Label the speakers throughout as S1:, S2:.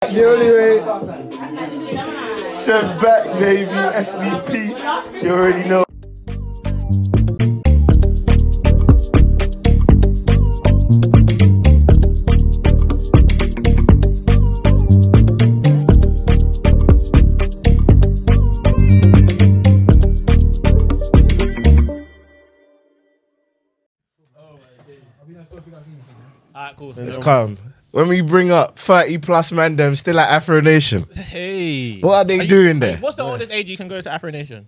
S1: the only way. Set back, baby. SBP. You already know.
S2: Alright, cool.
S1: It's calm. When we bring up 30 plus man, them still at Afro Nation.
S2: Hey.
S1: What are they
S2: you-
S1: doing there?
S2: What's the oldest age you can go to Afro Nation?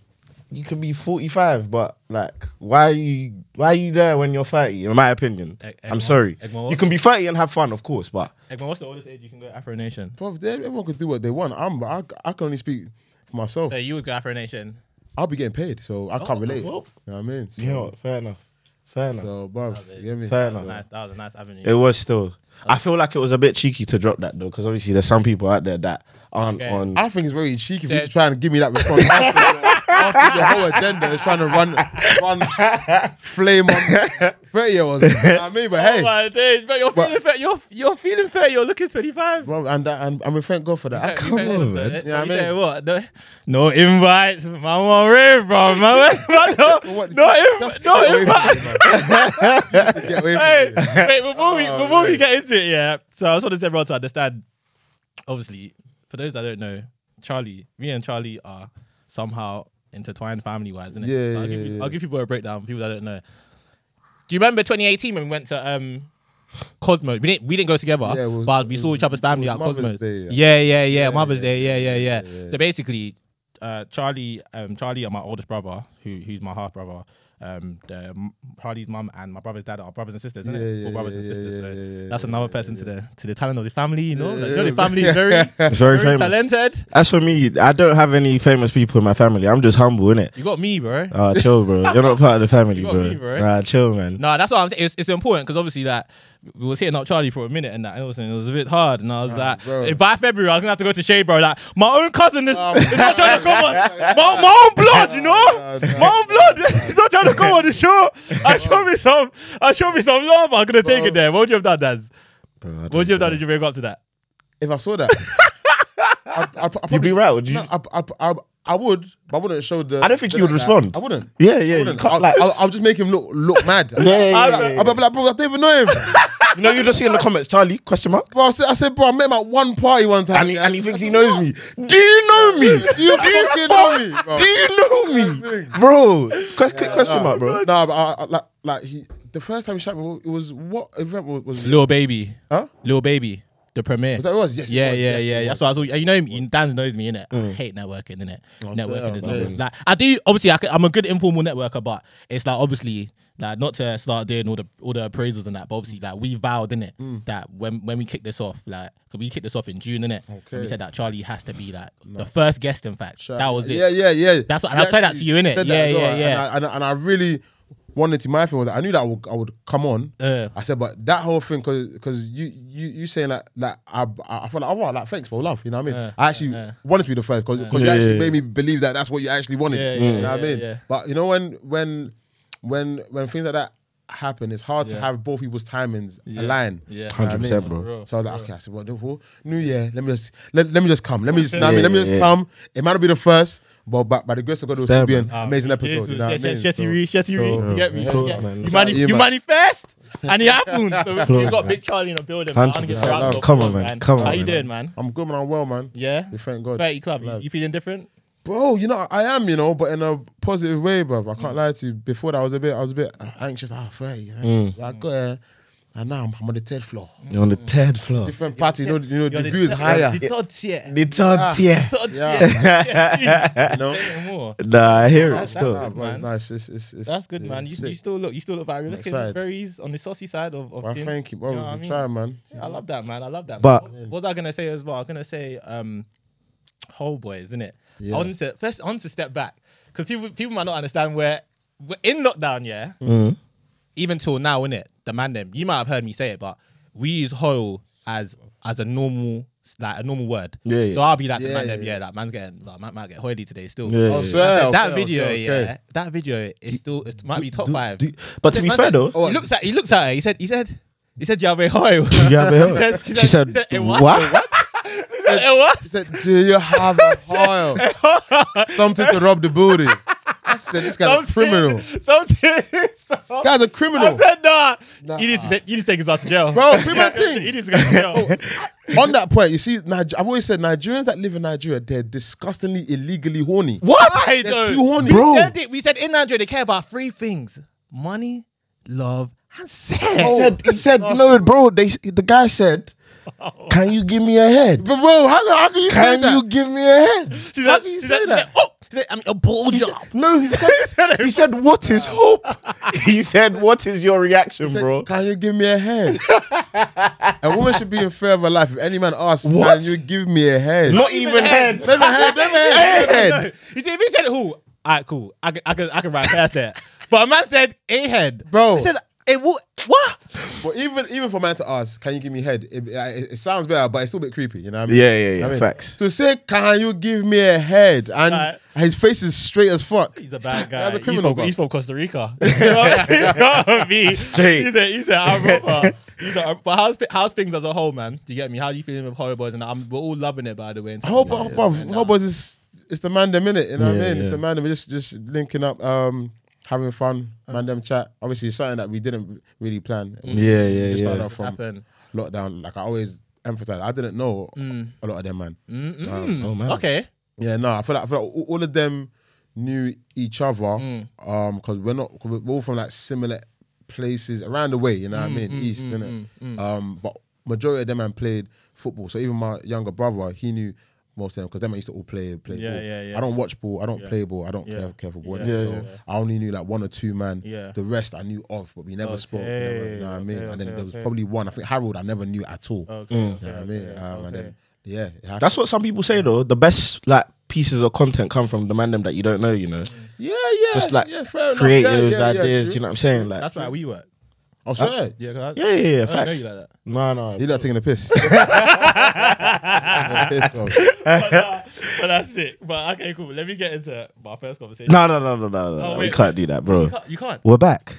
S1: You could be 45, but like, why are you why are you there when you're 30? In my opinion,
S2: Egg-
S1: I'm
S2: Egmont?
S1: sorry.
S2: Egmont
S1: You
S2: what?
S1: can be 30 and have fun, of course, but
S2: Eggman, what's the oldest age you can go to Afro Nation?
S3: Bro, they- everyone can do what they want. I'm, I, I can only speak for myself.
S2: So you would go Afro Nation.
S3: I'll be getting paid, so I can't relate.
S2: well.
S3: you know what I mean? So,
S1: you know, what? fair enough, fair enough,
S3: so bro, you get me?
S1: fair
S2: That was,
S1: enough.
S2: nice. that was a nice avenue.
S1: It was still. I feel like it was a bit cheeky to drop that though, because obviously there's some people out there that aren't
S2: Okay.
S1: on.
S3: I think it's very cheeky for you
S2: Dead.
S3: to try and give me that response after, the- after the whole agenda is trying to run, run flame on 30 year olds. You know what I mean? But
S2: Oh
S3: hey,
S2: my days, but you're
S3: But-
S2: feeling fair. You're you're feeling fair. You're looking 25.
S3: bro, and, that- and, and we thank God for that. I
S2: You
S3: can't
S2: said
S3: believe
S1: on,
S2: what,
S1: man.
S2: eh?
S3: You know what I
S2: You
S3: mean?
S2: said what? No, no invites. Man, one rave, bro. Man, man, no,
S3: What-
S2: no, inv-
S3: Just
S2: no
S3: get away from
S2: invites.
S3: me, man. Get away from
S2: hey,
S3: me.
S2: wait, before we
S3: Oh,
S2: before we
S3: man.
S2: get into it, yeah. So I just wanted everyone to understand. Obviously, for those that don't know, Charlie, me and Charlie are somehow intertwined family wise, isn't it?
S3: Yeah,
S2: I'll, give
S3: yeah,
S2: you-
S3: yeah.
S2: I'll give people a breakdown. People that don't know. Do you remember 2018 when we went to um Cosmo? We didn't we didn't go together,
S3: Yeah, it was-
S2: but we
S3: it
S2: saw
S3: was-
S2: each other's family
S3: it
S2: at
S3: was Mother's
S2: Cosmos.
S3: Day, yeah.
S2: yeah, yeah, yeah, Mother's Day. Yeah, yeah, yeah.
S3: yeah, yeah.
S2: So basically, uh, Charlie, um, Charlie, and my oldest brother, who who's my half brother, um, the, m- Charlie's mum and my brother's dad are brothers and sisters, isn't
S3: Yeah,
S2: it?
S3: yeah,
S2: All brothers and
S3: yeah,
S2: sisters.
S3: yeah,
S2: so
S3: yeah, yeah,
S2: that's
S3: yeah,
S2: another person to the to the talent of the family. You know, like, you know the
S3: yeah.
S2: family is very
S1: It's very,
S2: very
S1: famous.
S2: talented.
S1: As for me, I don't have any famous people in my family. I'm just humble, innit?
S2: You got me, bro.
S1: Ah, chill, bro. You're not part of the family,
S2: You got
S1: bro.
S2: me, bro.
S1: Nah, chill, man.
S2: No, that's what I'm saying. It's, it's important because obviously that we was hitting up Charlie for a minute and that and it was, it was a bit hard. And I was like,
S3: bro.
S2: if by February I was gonna have to go to Shea, bro. Like my own cousin is,
S3: Oh,
S2: is not trying to come on my, my own blood, you know. My own blood. He's not trying to come on the show. I show me some. I show me some love. I'm gonna take it there. What would you have done, Daz?
S1: Bro, I
S2: What would you have
S1: don't
S2: done if you wake up to that?
S3: If I saw that, I, I, I
S1: know. You'd
S3: probably
S1: be right, would you?
S3: No, I, I, I, I would, but I wouldn't show the.
S1: I don't think
S3: the-
S1: he would
S3: like,
S1: respond.
S3: I wouldn't.
S1: Yeah, yeah.
S3: I
S1: You
S3: wouldn't.
S1: can't,
S3: I'll,
S1: like,
S3: I'll, I'll just make him look look mad.
S1: yeah, yeah, yeah, yeah, yeah.
S3: I'll be like, bro, I don't even know him.
S1: no, oh, you just see in the comments, Charlie? Question mark.
S3: Bro, I said, I said, bro, I met him at one party one time.
S1: And he, and he thinks he knows me. Do you know me?
S3: Do you fucking know me, bro?
S1: Do you know me, bro? Ques- quick question mark, bro.
S3: Nah, but I, I, like, like he, the first time he shot me, it was what event was, was
S2: Little baby.
S3: Huh?
S2: Little baby. The premiere.
S3: Was that what it was? Yes. it
S2: Yeah,
S3: was,
S2: yeah,
S3: yes, it
S2: yeah.
S3: was.
S2: That's what I saw. You know, me, Dan knows me, innit? I hate networking, innit?
S3: fair,
S2: networking is not
S3: Oh, man.
S2: good. Like, I do, obviously, I am a good informal networker, but it's like, obviously, like, not to start doing all the all the appraisals and that, but obviously, like, we vowed, innit?
S3: Mm.
S2: That when when we kick this off, like, 'cause we kicked this off in June, innit? And we
S3: Okay.
S2: said that Charlie has to be, like, the first guest, in fact.
S3: Shout-
S2: that was it.
S3: Yeah, yeah, yeah.
S2: That's what-
S3: He
S2: and I said that
S3: actually
S2: to you, innit?
S3: said that
S2: Yeah,
S3: as
S2: yeah,
S3: and
S2: yeah.
S3: I- And I, and I really wanted to. My thing was, I knew that I would, I would come on.
S2: Uh.
S3: I said, but that whole thing, because you you you saying like like I I I felt like oh wow, like thanks for love, you know what I mean?
S2: Uh,
S3: I actually
S2: uh.
S3: wanted to be the first because you
S1: Yeah,
S3: actually
S1: yeah,
S3: made me believe that that's what you actually wanted.
S2: Yeah, yeah,
S3: you know what I
S2: yeah,
S3: mean?
S2: yeah.
S3: But you know when when when when things like that happen, it's hard to
S2: Yeah.
S3: have both people's timings
S2: Yeah.
S3: align.
S2: Yeah.
S3: You know what I
S1: 100%,
S3: mean?
S1: bro.
S3: So I was like, okay, I said, what the whole New Year, let me just let, let me just come. Let me just, you know what I mean?
S1: Yeah,
S3: Let me
S1: yeah,
S3: just
S1: yeah.
S3: come. It might not be the first, but by, by the grace of God, it was
S1: Stab,
S3: still be an
S2: Ah,
S3: amazing
S2: yes,
S3: episode. You know what
S2: yes,
S3: I
S2: yes,
S3: mean?
S2: yes,
S3: So-
S2: you read, yes, you read. You get me?
S1: Close,
S2: Yeah.
S1: man.
S2: You, mani-
S3: Shout out to you,
S2: you
S3: man.
S2: manifest, and it happened. So we- we
S1: Close,
S2: got
S1: man.
S2: Big Charlie in the building. Man.
S1: Hundred
S2: I'm gonna get
S1: percent.
S2: a round of
S1: Come on,
S2: applause,
S1: man. Come on,
S2: How you
S1: man.
S2: doing, man?
S3: I'm good, man. I'm well, man.
S2: Yeah.
S3: We thank God.
S2: 30 club. You,
S3: Love.
S2: you feeling different?
S3: Bro, you know, I am, you know, but in a positive way, bro. I
S2: Mm.
S3: can't lie to you. Before that, I was a bit, I was a bit anxious. Ah, fair. you know.
S2: Mm.
S3: I got there, and now I'm, I'm on the third floor.
S1: You're on the third floor.
S3: Different party, you know, you know, the view is higher.
S2: The third tier.
S1: The third tier.
S2: Third
S3: Yeah.
S2: tier.
S3: You know,
S2: Say no more.
S1: Nah, I hear it
S2: That's-
S1: still.
S3: nah, bro,
S2: man.
S3: nice. It's, it's, it's,
S2: That's good, man. You,
S3: it's
S2: you
S3: sick.
S2: still look, you still look very looking
S3: excited.
S2: very on the saucy side of, of
S3: Bro,
S2: things.
S3: thank you, bro.
S2: know what I
S3: we
S2: mean?
S3: try, man.
S2: Yeah, I love that, man. I love that.
S1: But-
S2: man. what, what was I gonna say as well? I was gonna say, um, whole boys, isn't it?
S3: Yeah.
S2: I wanted to first, I wanted to step back because people people might not understand where we're in lockdown. Yeah,
S1: Mm.
S2: even till now, innit? The man them. You might have heard me say it, but we use whole as as a normal like a normal word.
S1: Yeah, yeah.
S2: So I'll be like to
S3: Yeah,
S2: man
S3: yeah,
S2: them. Yeah,
S3: yeah.
S2: that man's getting like, man might get hoily today still.
S1: Yeah, yeah,
S3: Oh,
S1: yeah.
S3: swear.
S2: That, that
S3: okay,
S2: video,
S3: okay, okay.
S2: yeah, that video is still it might be top
S1: Do-
S2: five.
S1: do- But to be
S2: Man
S1: fair
S2: said-
S1: though,
S3: Oh,
S2: he looks at he looks at her. He said he said he said Yahweh hoy.
S1: yeah, but-
S2: said- she
S1: she
S2: said-
S1: said,
S2: she said, "Eh,
S1: "What?"
S2: what?"
S3: said,
S2: It
S3: he
S2: was.
S3: said, do you have a oil? Something to rub the booty. I said, this guy's a criminal.
S2: Something. something-
S3: Guy's a
S2: I
S3: criminal.
S2: said, nah.
S3: Nah.
S2: You need to, take- you need to take his ass to jail.
S3: Bro, people think-
S2: He needs to go to jail.
S3: On that point, you see, Niger- I've always said Nigerians that live in Nigeria, they're disgustingly illegally horny.
S2: What? I
S3: They're
S2: don't.
S3: too horny.
S2: We
S1: Bro.
S2: said, it- we said in Nigeria they care about three things: money, love, and sex.
S3: Oh.
S1: He said, he said, no, bro. They, the guy said, "Can you give me a head?
S3: But bro, how, how can you say
S1: Can
S3: that?
S1: you give me a head?"
S2: She
S3: How
S2: said-
S3: can you
S2: she
S3: say
S2: said- she
S3: that?
S2: said, Oh, she said, I'm a bull job.
S1: No, he said. he said, "What is hope?" He said, "What is your reaction,
S3: said,
S1: bro?"
S3: Can you give me a head? a woman should be in fear of her life. If any man asks,
S1: What?
S3: can you give me a head?
S1: Not even head.
S3: Never head, never head.
S1: Head.
S2: He said, if he said who, alright, cool. I can, I can, I can ride past that. But a man said a head,
S3: Bro.
S2: He said, it will, what?
S3: But even even for man to ask, can you give me head? It, it, it sounds better, but it's still a bit creepy, you know what I mean?
S1: Yeah, yeah, yeah,
S3: I mean,
S1: facts.
S3: To say, can you give me a head? And
S2: Alright.
S3: his face is straight as fuck.
S2: He's a bad guy.
S3: That's a criminal,
S2: he's,
S3: bro.
S2: from, he's from Costa Rica. You know, he's gotta be
S1: Straight.
S2: He's a he's a Arab. He's a, but how's thi- how's things as a whole, man? Do you get me? How are you feeling with horror boys? And I'm, we're all loving it, by the way.
S3: Whole bu- bruv, whole boys is it's the man them minute, you know what
S1: Yeah,
S3: I mean?
S1: yeah.
S3: It's the man them just just linking up, um, having fun, man them chat. Obviously, it's something that we didn't really plan.
S1: Yeah, yeah,
S3: We just
S1: yeah.
S3: started off from
S2: Happen.
S3: lockdown. Like I always emphasize, I didn't know a lot of them, man.
S2: Mm-mm.
S1: oh, man.
S2: Okay.
S3: Yeah, no, I feel like, I feel like all all of them knew each other
S2: Mm.
S3: um because we're not 'cause we're all from like similar places around the way, you know what
S2: Mm,
S3: I mean? East, innit? Um, but majority of them man played football. So even my younger brother, he knew most of them because them man used to all play play
S2: Yeah,
S3: ball.
S2: yeah, yeah.
S3: I don't watch ball, I don't play ball, I don't care, care for ball.
S2: Yeah,
S3: innit?
S1: yeah,
S3: so
S1: yeah.
S3: I only knew like one or two man.
S2: Yeah.
S3: The rest I knew of, but we never spoke. we never- you know what I mean?
S2: okay,
S3: and then
S2: okay,
S3: there was
S2: okay.
S3: probably one. I think Harold I never knew at all.
S2: Okay.
S1: Mm.
S3: You know what I mean?
S2: ah,
S3: um, And then yeah, it happened.
S1: That's what some people say though. The best like pieces of content come from the man them that you don't know. You know,
S3: yeah, yeah.
S1: just like
S3: yeah, fair enough.
S1: create
S3: Yeah,
S1: those
S3: yeah, yeah,
S1: ideas.
S3: true.
S1: do you know what I'm saying? Like,
S2: That's why we work.
S3: I swear.
S2: Yeah. 'cause I,
S1: yeah, yeah, yeah.
S2: I don't know
S1: Facts.
S2: you like that.
S1: No, no.
S3: You're Oh, not taking a piss.
S2: But that's it. But okay, cool. Let me get into my first conversation.
S1: No, no, no, no, no, no. no.
S2: Oh,
S1: we
S2: wait.
S1: can't do that, bro.
S2: You can't. You can't.
S1: We're back.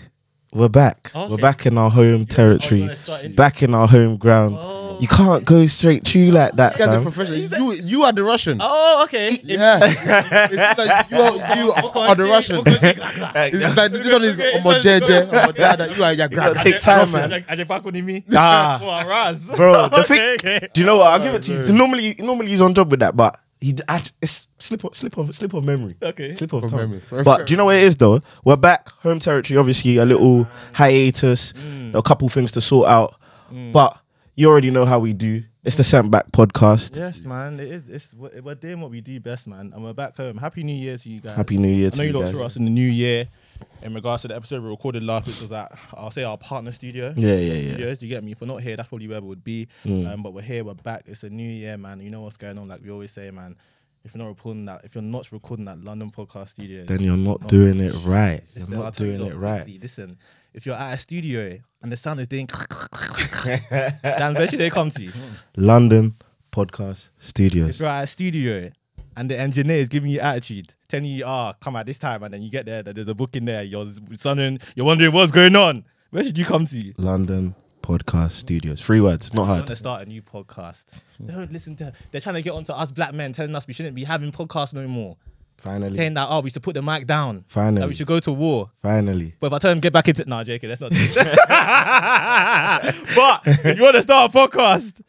S1: We're back.
S2: Okay.
S1: We're back in our home territory.
S2: gonna start in-
S1: back in our home ground.
S2: Oh.
S1: You can't go straight through like that.
S3: you guys are
S1: fam.
S3: professional. You, you are the Russian.
S2: Oh, okay.
S3: Yeah. it's like you are, you
S2: Okay,
S3: are the
S2: see,
S3: Russian.
S2: okay, see, like that.
S3: It's like this one is
S2: Okay,
S3: Omo
S2: it's like-
S3: Jeje, Omo Dada. You are your
S1: gotta
S3: grand.
S1: take time, man. Nah. Bro, the thing- Do you know what? I'll give it to you. Normally, normally he's on job with that, but he d- act- it's slip of slip of slip of memory.
S2: Okay.
S1: slip of
S3: Of
S1: tongue.
S3: memory.
S1: But do you know what it is though? We're back home territory. Obviously, a little hiatus,
S2: Mm.
S1: a couple things to sort out. But you already know how we do. It's the Sent Back podcast.
S2: Yes, man. It is. It's we're we're doing what we do best, man, and we're back home. Happy New Year to you guys.
S1: Happy New Year
S2: I
S1: to
S2: know you
S1: you
S2: lot
S1: guys.
S2: saw us in the new year. In regards to the episode we recorded last, which was at I'll say our partner studio.
S1: Yeah, yeah, Mm. yeah.
S2: Studios, you get me? If we're not here, that's probably where we would be. Um, but we're here. We're back. It's a new year, man. You know what's going on? Like we always say, man. If you're not recording that, if you're not recording that London podcast studio,
S1: Then you're not doing it right. You're
S2: Listen, I'll
S1: not
S2: tell you
S1: doing
S2: look,
S1: it right.
S2: quickly, Listen, if you're at a studio and the sound is doing, then eventually they come to you.
S1: London Podcast
S2: If
S1: Studios.
S2: you're at a studio and the engineer is giving you attitude, telling you, ah, come at this time, and then you get there, that there's a book in there, you're sudden, you're wondering what's going on. Where should you come to?
S1: London Podcast Studios. Three words, not
S2: I want to
S1: hard.
S2: start a new podcast. Don't listen to. They're trying to get onto us black men, telling us we shouldn't be having podcasts no more.
S1: Finally.
S2: Saying that oh, we should put the mic down. That we
S1: Finally.
S2: should go to war.
S1: Finally.
S2: But if I tell him get back into no, JK, that's not. do it. but if you want to start a podcast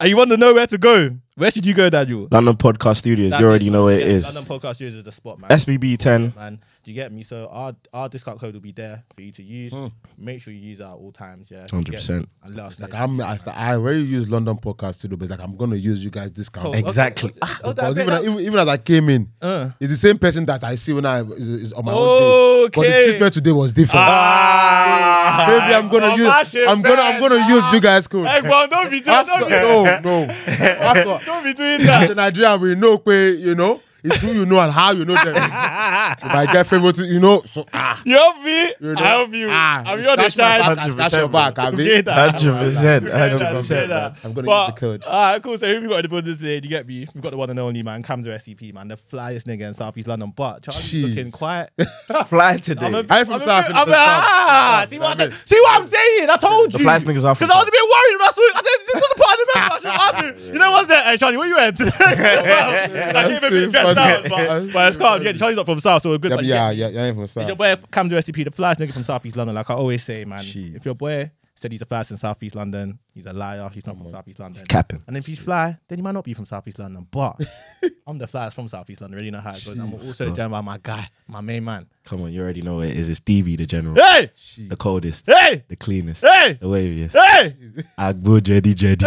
S2: and you want to know where to go, where should you go, Daniel?
S1: London Podcast Studios.
S2: That's
S1: you already know where it
S2: Yeah,
S1: is.
S2: London Podcast Studios is the spot, man.
S1: SBB ten.
S2: man, do you get me? So our our discount code will be there for you to use.
S3: Hmm.
S2: Make sure you use that at all times. Yeah, You get me?
S1: 100%.
S2: And let us know.
S3: Like I'm, I, was like, I already use London podcast studio, but it's like I'm gonna use you guys discount.
S2: Oh, Okay,
S1: Exactly.
S2: okay. Oh, that-
S3: Because Ah, even,
S2: that-
S3: even, even as I came in,
S2: Uh.
S3: it's the same person that I see when I is, is on my own day. But
S2: Okay.
S3: the treatment today was different.
S2: Ah,
S3: Maybe I'm gonna
S2: my
S3: use.
S2: fashion
S3: I'm gonna I'm gonna
S2: sense.
S3: use you guys code.
S2: Ah! Hey, bro, don't be doing,
S3: After,
S2: don't be,
S3: no, no. After,
S2: don't be doing
S3: as a
S2: that.
S3: Nigerian, we know, pay, you know, It's who you know and how you know them. if I get favorites, you know. So, ah,
S2: You help me.
S3: you know,
S2: I help you.
S3: Ah,
S2: I'm
S3: you
S2: your
S3: scratch my
S2: understand.
S3: back, I scratch your
S1: 100%,
S3: back, I mean.
S1: Hundred percent, hundred
S2: Say
S1: percent.
S2: that.
S3: I'm gonna
S2: But,
S3: use the code.
S2: All right, cool. So who we got in the building today? You get me? We've got the one and only man, Camzo SCP man, the flyest nigga in Southeast London. But Charlie's
S3: Jeez.
S2: looking quiet.
S1: Fly
S2: I'm a-
S1: today.
S3: I ain't from
S2: I'm a
S3: South,
S2: bit-
S3: I'm
S2: I'm
S3: from
S2: a-
S3: South.
S2: ah, See what I'm saying? See what I'm saying? I told you.
S1: The flyest niggas are from
S2: Because I was a bit worried when I saw it. I said this was a part of the message. I should ask you. You know what's that? Hey Charlie, where you at? today? I came a bit
S3: too
S2: dressed
S3: funny.
S2: out, but, but it's calm. Yeah, Charlie's not from South, so we're good.
S3: Yeah,
S2: but
S3: but
S2: you get
S3: yeah,
S2: me.
S3: yeah, yeah, I ain't from South.
S2: Your boy Camzo SCP, the flyest nigga from Southeast London. Like I always say, man,
S3: Jeez.
S2: if your boy said he's the flyest in Southeast London, he's a liar. He's not from Southeast London.
S1: Capping.
S2: And if he's fly, then he might not be from Southeast London. But I'm the flyest from Southeast London. Really know how it goes. I'm also joined by my guy, my main man.
S1: Come on, you already know what it is. It's DB the general,
S2: Hey,
S1: the coldest,
S2: hey,
S1: the cleanest,
S2: hey,
S1: the waviest.
S2: hey,
S1: Agbo Jedi Jedi.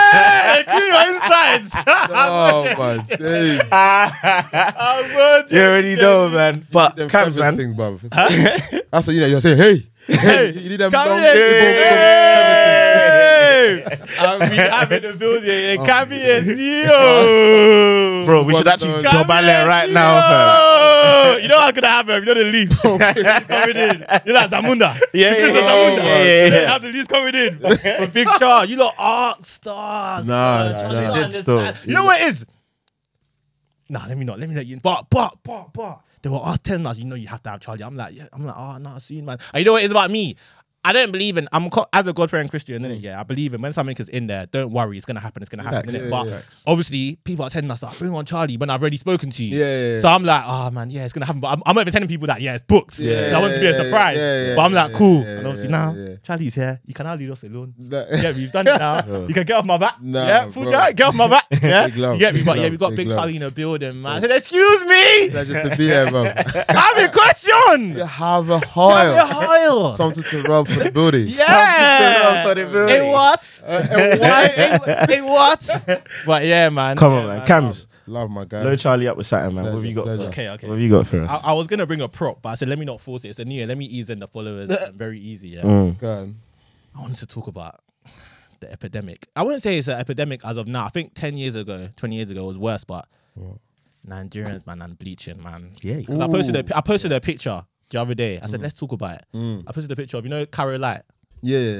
S2: hey! Clean your insides.
S3: Oh my days.
S2: Ah, I'm good.
S1: You already know, man. But
S3: Them
S1: Cams,
S3: feminist
S1: man.
S3: Thing, bruv. That's what you know. You're saying, hey, hey, you need them.
S2: Come
S3: dumb
S2: here.
S3: people,
S2: Hey! I mean, I'm in the building. Come here, E CEO.
S1: Bro, we
S3: What
S1: should
S3: the-
S1: actually double it right now, fam.
S2: fam. You know how could I have him? You know the leaf coming in. You're like Zamunda.
S1: Yeah, yeah,
S2: You're
S1: yeah,
S2: Zamunda.
S1: yeah, yeah,
S2: You
S1: yeah.
S2: have the leaf coming in. But Big Char, you lot are stars.
S3: Nah,
S2: son.
S3: nah,
S2: You
S3: nah.
S2: don't
S1: Did
S2: understand.
S1: still.
S2: You know what it is? Nah, let me not. Let me let you. But but but but they were all telling us, you know, you have to have Charlie. I'm like, yeah. I'm like, oh no, nah, soon, man. And you know what it is about me? I don't believe in. I'm co- as a God-fearing Christian,
S3: Mm.
S2: innit? Yeah, I believe in when something is in there. Don't worry, it's gonna happen. It's gonna happen.
S1: Facts.
S2: innit?
S3: Yeah,
S2: but
S3: yeah,
S2: obviously, people are telling us, like, bring on Charlie when I've already spoken to you.
S3: Yeah, yeah, yeah.
S2: So I'm like, oh man, yeah, it's gonna happen. But I'm, I'm not even telling people that. Yeah, it's booked.
S3: Yeah,
S2: So I want it to be a
S3: yeah,
S2: surprise.
S3: yeah, yeah,
S2: but I'm like,
S3: yeah,
S2: cool.
S3: yeah,
S2: and obviously
S3: yeah,
S2: now
S3: yeah.
S2: Charlie's here. You can now leave us alone.
S3: That-
S2: Yeah, we've done it now. You can get off my back.
S3: Nah,
S2: yeah, full
S3: bro.
S2: guy, get off my back. Yeah,
S3: Big love,
S2: you get me.
S3: big
S2: But yeah,
S3: love,
S2: we got
S3: big
S2: big
S3: love.
S2: Charlie in the building, man. I said, excuse me,
S3: Pleasure to be here, bro.
S2: I have a
S3: You
S2: question.
S3: have a
S2: Have a
S3: hoil.
S2: hoil.
S3: Something to rub for the booty.
S2: Yeah. It what?
S3: Uh,
S2: Why? It what? But yeah, man.
S1: Come
S2: Yeah,
S1: on, man. Cams,
S3: Love my guy.
S1: load Charlie up with Saturn, man. What have
S3: Pleasure,
S1: you got?
S3: pleasure.
S1: for us?
S2: Okay, okay.
S1: What have you got for us?
S2: I, I was gonna bring a prop, but I said let me not force it. It's a new year. Let me ease in the followers. Very easy. Yeah.
S3: Go
S2: I wanted to talk about the epidemic. I wouldn't say it's an epidemic as of now. I think 10 years ago, 20 years ago, it was worse, but Nigerians, man, and bleaching, man.
S1: Yeah.
S2: 'Cause I posted, a, pi- I posted a picture the other day. I said, let's talk about it. I posted a picture of, you know, Carol Light.
S3: Yeah, yeah,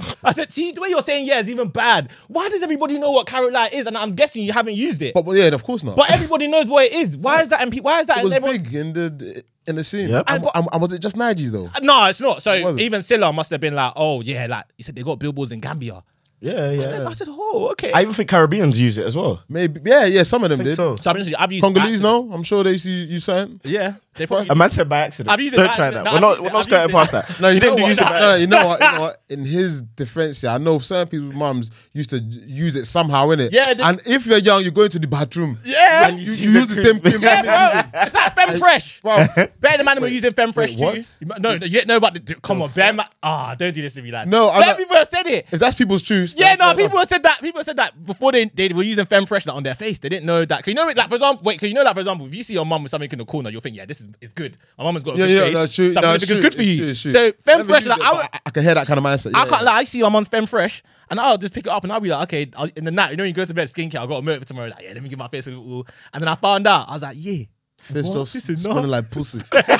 S3: yeah.
S2: I said, see, the way you're saying yeah is even bad. Why does everybody know what Carol Light is? And I'm guessing you haven't used it. But,
S3: But, but yeah, of course not.
S2: everybody knows what it is. Why is that? And why is that?
S3: it
S2: in
S3: was
S2: everyone-
S3: big in the in the scene.
S1: Yep.
S3: And,
S2: And-
S3: and- and was it just Nigis though?
S2: Uh, No, it's not. So
S3: wasn't.
S2: even Silla must have been like, oh, yeah, like, you said they got billboards in Gambia.
S1: Yeah, yeah.
S2: I said, oh, okay.
S1: I even think Caribbeans use it as well.
S3: Maybe. Yeah, yeah. Some of them
S1: I think
S3: did.
S1: so.
S2: so I'm just, I've used
S3: Congolese,
S2: I-
S3: no. I'm sure they used to use use something.
S2: Yeah, they probably.
S1: A man said by accident.
S2: I've used it
S1: Don't
S2: by
S1: try
S2: accident.
S1: that.
S2: No,
S1: we're not. We're
S2: I've used it.
S1: not
S2: I've
S1: skirting
S2: used
S1: past
S2: it.
S1: that.
S3: No, you,
S1: You didn't
S3: know
S1: do
S3: what?
S1: use it
S3: no,
S1: by
S3: no, you know what? You know what? In his defense, yeah, I know certain people's mums used to use it somehow, innit?
S2: Yeah, they-
S3: and if you're young, you go into the bathroom.
S2: Yeah.
S3: And you, you use the same cream.
S2: yeah, bro. It's like Femme Fresh.
S3: Wow.
S2: Bear the man were using Femme Fresh
S3: what?
S2: too. You might- No, no, yeah, no, but the- the- come on, bear man. Ah, don't do this to me, lad.
S3: No, I'm
S2: Some
S3: not-
S2: people have said it.
S3: If that's people's truth.
S2: Yeah,
S3: then
S2: no,
S3: fair
S2: people
S3: enough.
S2: have said that. People have said that before they, they were using Femme Fresh like, on their face. They didn't know that. 'Cause you know, like for example, wait, 'cause you know, like for example, if you see your mum with something in the corner, you'll think, yeah, this is it's good. My mum has got a
S3: Yeah,
S2: good
S3: yeah,
S2: face.
S3: no, it's true.
S2: That
S3: No,
S2: means it's
S3: true,
S2: good for you.
S3: it's true, it's true.
S2: So Femme
S3: Never
S2: Fresh,
S3: used
S2: like,
S3: it,
S2: I,
S3: but
S2: would-
S3: I can hear that kind of mindset.
S2: I
S3: yeah,
S2: can't
S3: yeah.
S2: lie, I see my mum's Femme Fresh and I'll just pick it up and I'll be like, okay, I'll, in the night, you know, when you go to bed, skincare, I'll go to for tomorrow. Like, yeah, let me give my face a little. And then I found out, I was like, yeah.
S3: Face
S2: What?
S3: just
S2: This is
S3: smelling
S2: not-
S3: like pussy. Fucking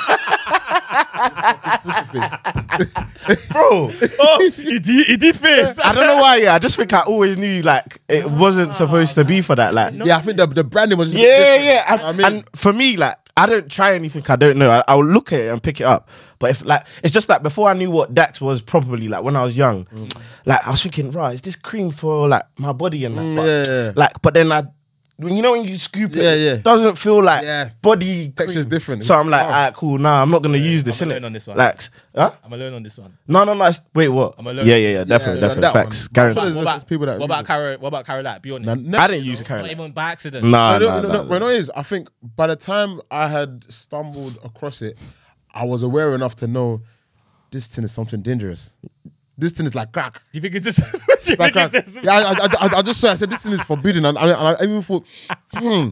S3: pussy face.
S1: Bro,
S2: Oh, it did, it did face.
S1: I don't know why. Yeah, I just think I always knew like it wasn't supposed to be for that. Like,
S3: Yeah, I think the, the branding was just.
S1: yeah, yeah. And,
S3: I mean,
S1: and for me, like, I don't try anything I don't know. I, I'll look at it and pick it up. But if like, it's just like before I knew what Dax was, probably like when I was young, like I was thinking, right, is this cream for like my body and that?
S3: Mm,
S1: But,
S3: yeah, yeah, yeah.
S1: Like, but then I. When you know when you scoop it,
S3: Yeah, yeah.
S1: it doesn't feel like
S3: Yeah.
S1: body
S3: Texture's
S1: cream.
S3: different.
S1: So I'm like,
S3: Oh.
S1: alright, cool. Nah, I'm not gonna use this.
S2: I'm
S1: innit?
S2: alone on this one.
S1: Like, huh?
S2: I'm alone on this one.
S1: No, no, no. it's- Wait, what?
S2: I'm alone.
S1: Yeah, yeah, yeah. Definitely,
S3: yeah,
S1: definitely.
S3: that one.
S1: Facts.
S3: I'm
S1: Guaranteed.
S3: sure
S2: What
S3: There's-
S2: about,
S3: there's people that
S2: what
S3: read
S2: about
S3: it.
S2: Carol? What about Carol? Like, be honest.
S3: Nah, nah,
S1: I didn't use a
S2: Not
S1: carrot.
S2: even by accident.
S3: No,
S1: Nah,
S3: no,
S1: nah,
S3: no,
S1: nah,
S3: no,
S1: nah.
S3: no, no, it is. I think by the time I had stumbled across it, I was aware enough to know this thing is something dangerous. This thing is like crack.
S2: Do you think it's just? do you think
S3: Like crack.
S2: it's just-
S3: Yeah, I, I, I, I just saw. it. I said this thing is forbidden, and, and, I- and I even thought, hmm,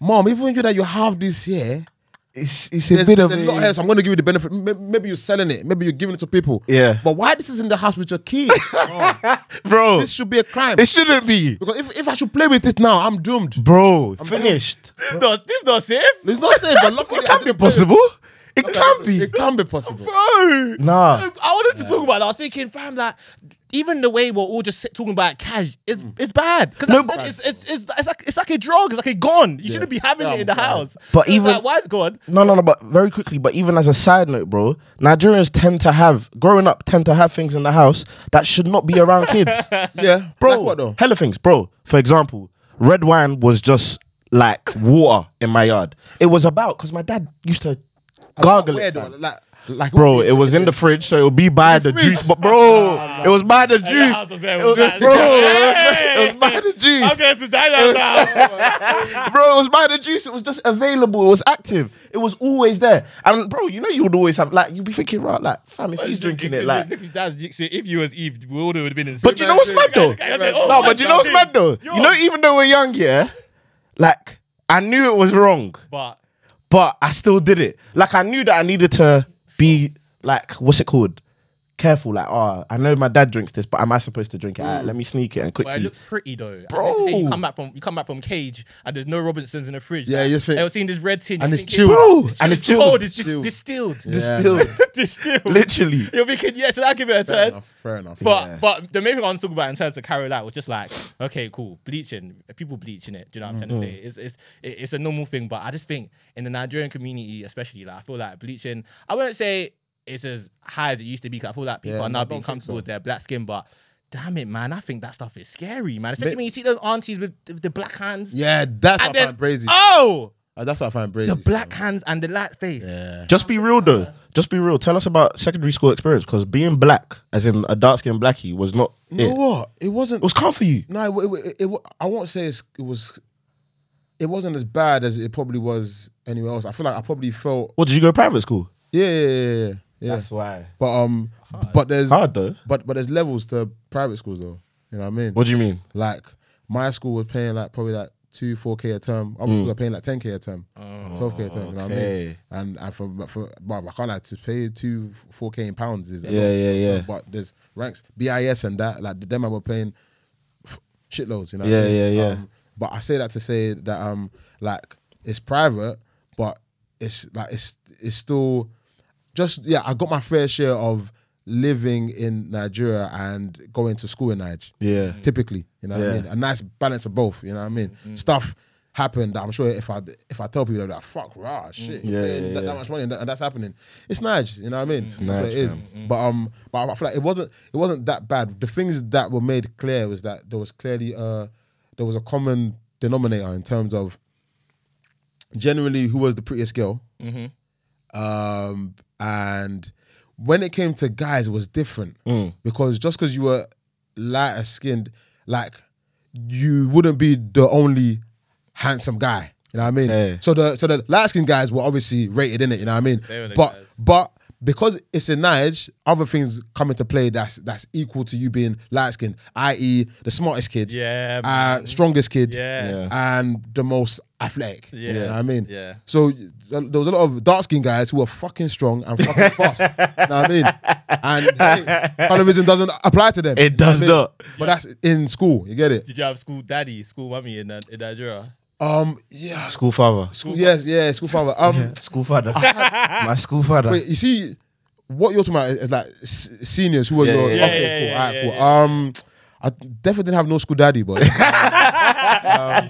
S3: mom, even though that you have this here,
S1: it's, it's a
S3: There's,
S1: bit
S3: there's
S1: of
S3: a
S1: a-
S3: lot here, so I'm going to give you the benefit. M- Maybe you're selling it. Maybe you're giving it to people.
S1: Yeah.
S3: But why this is in the house with your key?
S1: bro.
S3: this should be a crime.
S1: It shouldn't be,
S3: because if, if I should play with this now, I'm doomed.
S1: bro. finished.
S2: This not, this not safe,
S3: It's not safe, but luckily
S1: It can be possible. It can be, Oh,
S3: It can be possible.
S2: bro.
S1: nah.
S2: I wanted to talk about that. I was thinking, fam, like even the way we're all just sit- talking about cash is it's bad. Because
S1: Mm. No, but-
S2: it's, it's, it's, it's like it's like a drug. It's like a gun. You shouldn't be having
S3: Yeah,
S2: it in the
S3: I'm
S2: house.
S1: But
S2: So it's
S1: even-
S2: like, why is gone?
S1: No, no, no. But very quickly, but even as a side note, bro, Nigerians tend to have growing up tend to have things in the house that should not be around kids.
S3: Yeah,
S1: bro.
S3: Like what though?
S1: Hella things, bro. For example, red wine was just like water in my yard. It was about because my dad used to gargle
S3: Where
S1: it.
S3: though?
S1: fam.
S3: Like, like
S1: Bro, it was in the fridge, so it would be by the, juice. But bro, it was by the juice.
S2: house was
S1: It
S2: very
S1: was-
S2: nice.
S1: Bro,
S2: Hey!
S1: it was by the juice
S2: to die now.
S1: bro, it was by the juice. It was just available. It was active. It was always there. And bro, you know you would always have like you'd be thinking, right, like fam, if he's drinking it, like.
S2: that's, see, if you was Eve, we all would have been in.
S1: But you know what's mad though? No, but you know what's mad though? You know, even though we're young, yeah, like I knew it was wrong,
S2: But
S1: but I still did it. Like I knew that I needed to be like, what's it called? Careful, like, oh, I know my dad drinks this, but am I supposed to drink it? Alright, let me sneak it and
S2: But it
S1: quickly.
S2: looks pretty though.
S1: Bro.
S2: Bro, you come back from you come back from cage and there's no Robinsons in the fridge.
S3: Yeah,
S2: Like,
S3: you just think-
S2: I was seeing this red tin
S3: And
S2: you're
S3: it's
S2: thinking,
S3: chilled.
S1: Bro, and it's
S2: Cold,
S1: chilled.
S2: it's just
S3: Chilled.
S2: distilled.
S3: Yeah.
S1: Distilled.
S2: distilled.
S1: Literally.
S2: You're thinking, yeah, so I give it a
S3: fair
S2: turn.
S3: enough. Fair enough.
S2: But
S3: yeah.
S2: but the main thing I want to talk about in terms of Carol Light was just like, okay, cool, bleaching. People bleaching it. Do you know what I'm trying to
S3: Mm-hmm.
S2: say? It's it's it- it's a normal thing, but I just think in the Nigerian community, especially, like I feel like bleaching. I wouldn't say it's as high as it used to be. 'cause I feel like people
S3: Yeah,
S2: are
S3: I
S2: now
S3: don't
S2: being
S3: think
S2: comfortable
S3: so.
S2: with their black skin, but. Damn it, man! I think that stuff is scary, man. Especially when you see those aunties with the, the black hands.
S3: yeah, that's
S2: and
S3: what I
S2: then-
S3: find crazy.
S2: Oh,
S3: that's what I find crazy.
S2: the black hands and the light face.
S3: Yeah.
S1: Just be real though. Just be real. Tell us about secondary school experience because being black, as in a dark skinned blackie, was not
S3: You know
S1: it.
S3: what? It
S1: It
S3: wasn't.
S1: was calm for you.
S3: no, it, it, it, it, I won't say it's, it was. It wasn't as bad as it probably was anywhere else. I feel like I probably felt.
S1: Well, did you go private school?
S3: Yeah, yeah, yeah, yeah. yeah.
S1: why.
S3: But um, but there's
S1: Hard though.
S3: but but there's levels to private schools though. You know what I mean?
S1: What do you mean?
S3: Like my school was paying like probably like two, four k a term. Other schools are paying like ten k a term, twelve k a term. You know what I mean?
S1: Hmm. okay.
S3: And and for for but I can't like to pay two, four k in pounds is a
S1: Yeah,
S3: lot,
S1: yeah,
S3: you know,
S1: yeah.
S3: But there's ranks BIS and that like them I were paying f- shitloads. You know?
S1: Yeah,
S3: what I mean?
S1: yeah, yeah.
S3: Um, but I say that to say that um like it's private, but it's like it's it's still just yeah. I got my fair share of living in Nigeria and going to school in Nigeria
S1: Yeah.
S3: typically. You know what I
S1: Yeah. Mm-hmm.
S3: mean? A nice balance of both. You know what I mean? Stuff happened. that I'm sure if I if I tell people they're like, fuck, rah, shit,
S1: Mm-hmm. Yeah,
S3: you're paying
S1: yeah,
S3: that, that
S1: yeah.
S3: much money and, that, and that's happening. It's Nige, you know what I mean? It's
S1: Nige,
S3: it is.
S1: Mm-hmm.
S3: But um, but I feel like it wasn't it wasn't that bad. The things that were made clear was that there was clearly uh there was a common denominator in terms of generally who was the prettiest girl. Um, and when it came to guys, it was different because just because you were lighter skinned, like you wouldn't be the only handsome guy. You know what I mean?
S1: Yeah.
S3: So the so the light skinned guys were obviously rated in it. You know what I mean?
S2: They were the
S3: but
S2: guys.
S3: but because it's in Nige, other things come into play that's that's equal to you being light skinned, i.e., the smartest kid,
S2: Yeah,
S3: uh, strongest kid,
S2: Yes.
S3: and the most athletic. You
S2: Yeah.
S3: know what I mean?
S2: Yeah.
S3: So y- there was a lot of dark skinned guys who were fucking strong and fucking fast. you know what I mean? And hey, colorism doesn't apply to them.
S1: It
S3: you know what
S1: does
S3: I mean?
S1: not.
S3: But that's in school. You get it?
S2: Did you have school daddy, school mummy in, uh, in Nigeria?
S3: Um, yeah.
S1: School father.
S3: School, yes, yeah, school father. Um,
S1: School father. My school father.
S3: Wait, you see, what you're talking about is, is like s- seniors who were
S1: Yeah,
S3: your.
S1: yeah,
S3: okay,
S2: yeah,
S3: cool.
S2: yeah,
S3: all right,
S2: yeah,
S3: cool.
S2: yeah.
S3: Um, I definitely didn't have no school daddy, but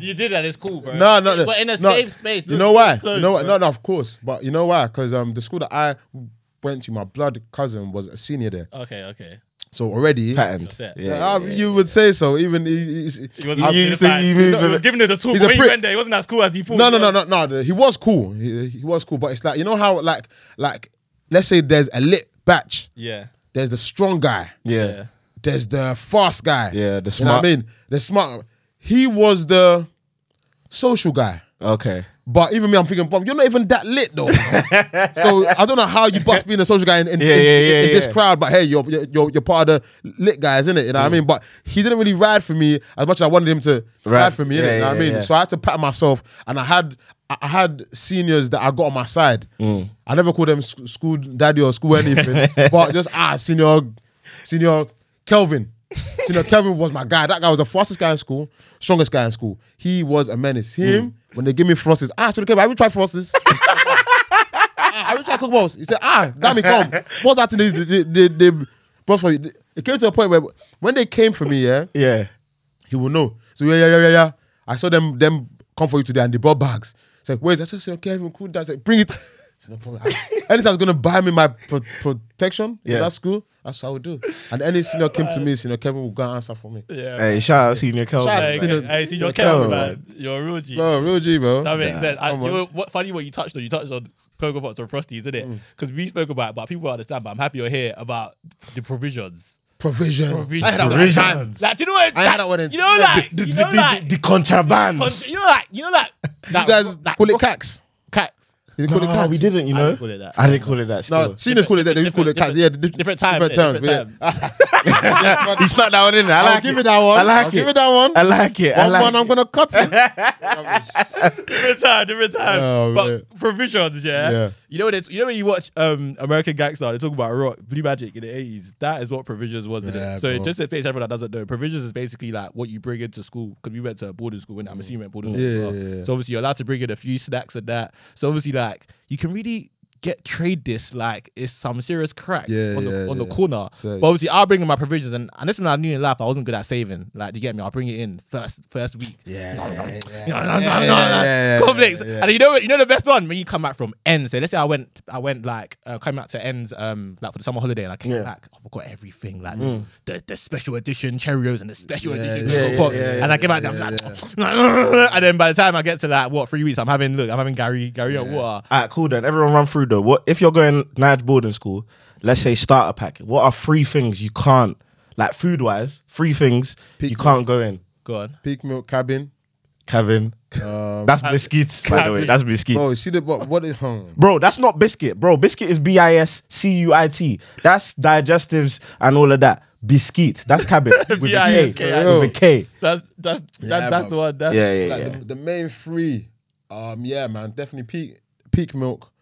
S2: you did that. It's cool, bro.
S3: no, no, no,
S2: But in a
S3: no.
S2: safe space.
S3: You know why?
S2: close,
S3: you know what?
S2: bro.
S3: No, no, of course. But you know why? Because um, the school that I went to, my blood cousin was a senior there.
S2: Okay, okay.
S3: So already,
S1: Patterned.
S2: That's it.
S1: Yeah.
S3: Yeah, I- you would say so. Even he, he's,
S2: He was
S1: You used to- you
S2: he
S1: moved
S2: was
S1: with-
S2: giving it the tool.
S3: He's
S2: But
S3: a
S2: when he
S3: prick.
S2: went there, he wasn't as cool as he thought.
S3: no,
S2: he
S3: no, no,
S2: was.
S3: no, no, no. He was cool. He, he was cool. But it's like you know how like like let's say there's a lit batch.
S2: Yeah.
S3: There's the strong guy.
S1: Yeah.
S3: There's the fast guy.
S1: Yeah, the
S3: You know what
S1: smart-
S3: I mean, the smart. He was the social guy.
S1: Okay.
S3: But even me, I'm thinking, Bob, you're not even that lit though. so I don't know how you bust being a social guy in, in,
S1: Yeah,
S3: in-
S1: yeah, yeah,
S3: in this
S1: yeah.
S3: crowd. But hey, you're you're, you're you're part of the lit guys, innit? You know what I
S1: Mm.
S3: mean? But he didn't really ride for me as much as I wanted him to
S1: Right.
S3: ride for me, innit?
S1: Yeah,
S3: you know what
S1: yeah,
S3: I mean?
S1: yeah.
S3: So I had to pat myself, and I had I I had seniors that I got on my side.
S1: Mm.
S3: I never called them sc- school daddy or school anything, but just ah senior senior Kelvin. Senior Kelvin was my guy. That guy was the fastest guy in school, strongest guy in school. He was a menace. Him
S1: Mm.
S3: when they give me frosties, ah, so Kelvin, have you tried frosties? Ah, I will try cook balls. He said, ah, damn it, come. What's that thing they, they, they, they brought for you? It came to a point where when they came for me, yeah,
S1: Yeah.
S3: he will know. So yeah, yeah, yeah, yeah, yeah. I saw them them come for you today, and they brought bags. It's like, where's that? I said, okay, Kevin, cool. That's like, bring it. It's no problem. Anything's gonna buy me my pro- protection
S1: Yeah.
S3: in that school. That's what I would do. And any senior came to me, senior Kevin will go and answer for me.
S2: Yeah.
S1: Hey, shout out senior Kelvin.
S3: Shout out
S2: Hey,
S3: Seen
S2: hey,
S3: a-
S2: hey, seen your
S1: seen a
S2: camera,
S1: camera,
S2: man. You're a real G.
S3: Bro, real G, bro.
S2: That makes sense. And
S3: Come
S2: you
S3: on.
S2: know what funny what you touched on? You touched on Cocoa Pops and Frosties, isn't
S3: Mm.
S2: it? Because we spoke about it, but people don't understand. But I'm happy you're here about the provisions.
S3: Provisions. I had that one.
S1: Provisions.
S2: Like, do you know what?
S3: I had that one in-
S2: You know,
S3: Yeah,
S2: like, you know, like,
S1: the contrabands.
S2: you know, like, you know, like,
S3: You guys call it cacks.
S2: cats.
S3: Did you
S1: no,
S3: call it cacks?
S1: we didn't, you
S2: I
S1: know.
S2: didn't call it that.
S1: I didn't call it that. Still.
S3: No, seniors call it that. They call it cacks. Yeah, the diff-
S2: Different time.
S3: Different
S2: innit?
S3: terms.
S2: Different
S3: but yeah.
S2: time.
S1: he snuck that one in. I
S3: I'll
S1: like
S3: give
S1: it.
S3: it that one.
S1: I like
S3: I'll
S1: it.
S3: give it that one.
S1: I like it. I
S3: One
S1: like
S3: one,
S1: it.
S3: I'm gonna cut it.
S2: different time, different time.
S3: Oh,
S2: but
S3: man.
S2: provisions, yeah.
S3: Yeah.
S2: You know when it's, you know when you watch um American Gangster, they talk about rock, blue magic in the eighties. That is what provisions was, in
S3: Yeah,
S2: it? So
S3: bro.
S2: just in case everyone that doesn't know, provisions is basically like what you bring into school because we went to a boarding school, and I'm assuming you went boarding school. as
S3: Mm. Yeah,
S2: well.
S3: yeah, yeah.
S2: So obviously you're allowed to bring in a few snacks and that. So obviously like you can really. Get trade this like it's some serious crack
S3: Yeah,
S2: on the
S3: yeah,
S2: on the
S3: yeah.
S2: corner.
S3: So-
S2: but obviously, I'll bring in my provisions, and, and this one I knew in life I wasn't good at saving. Like, do you get me? I'll bring it in first first week.
S3: Yeah.
S2: No, no, no, no,
S3: yeah, yeah,
S2: no.
S3: yeah,
S2: Complex.
S3: yeah, yeah.
S2: And you know, what- you know the best one when you come back from ends. So let's say I went, I went like uh, came out to ends, um, like for the summer holiday, and I came
S1: Yeah. Mm.
S2: back. I forgot everything, like the, the special edition Cheerios and the special
S3: Yeah,
S2: edition
S3: yeah,
S2: Cocoa
S1: yeah,
S2: Pops.
S1: yeah,
S2: and
S1: yeah,
S2: I came out, and I'm like, and then by the time I get to like what three weeks, I'm having look, I'm having Gary, Gary on water.
S1: All right, cool then. Everyone run through though. What if you're going Nige boarding school? Let's say starter pack. What are three things you can't like food wise? Three things you
S3: Pizza.
S1: can't go in.
S2: Go on.
S3: Peak milk cabin.
S1: Kevin,
S3: Um,
S1: that's biscuits. By the way, that's biscuits.
S3: bro, you see the what? What? Is, hmm.
S1: Bro, that's not biscuit. Bro, biscuit is B I S C U I T. That's digestives and all of that. Biscuit. That's cabbage with, a K,
S2: B-I-S-K-I-T.
S1: with a K.
S2: That's that's that,
S3: Yeah,
S2: that's
S3: bruv.
S2: the one. That's,
S1: Yeah, yeah,
S3: like
S1: yeah.
S3: The, the main three, um, yeah, man, definitely peak peak milk.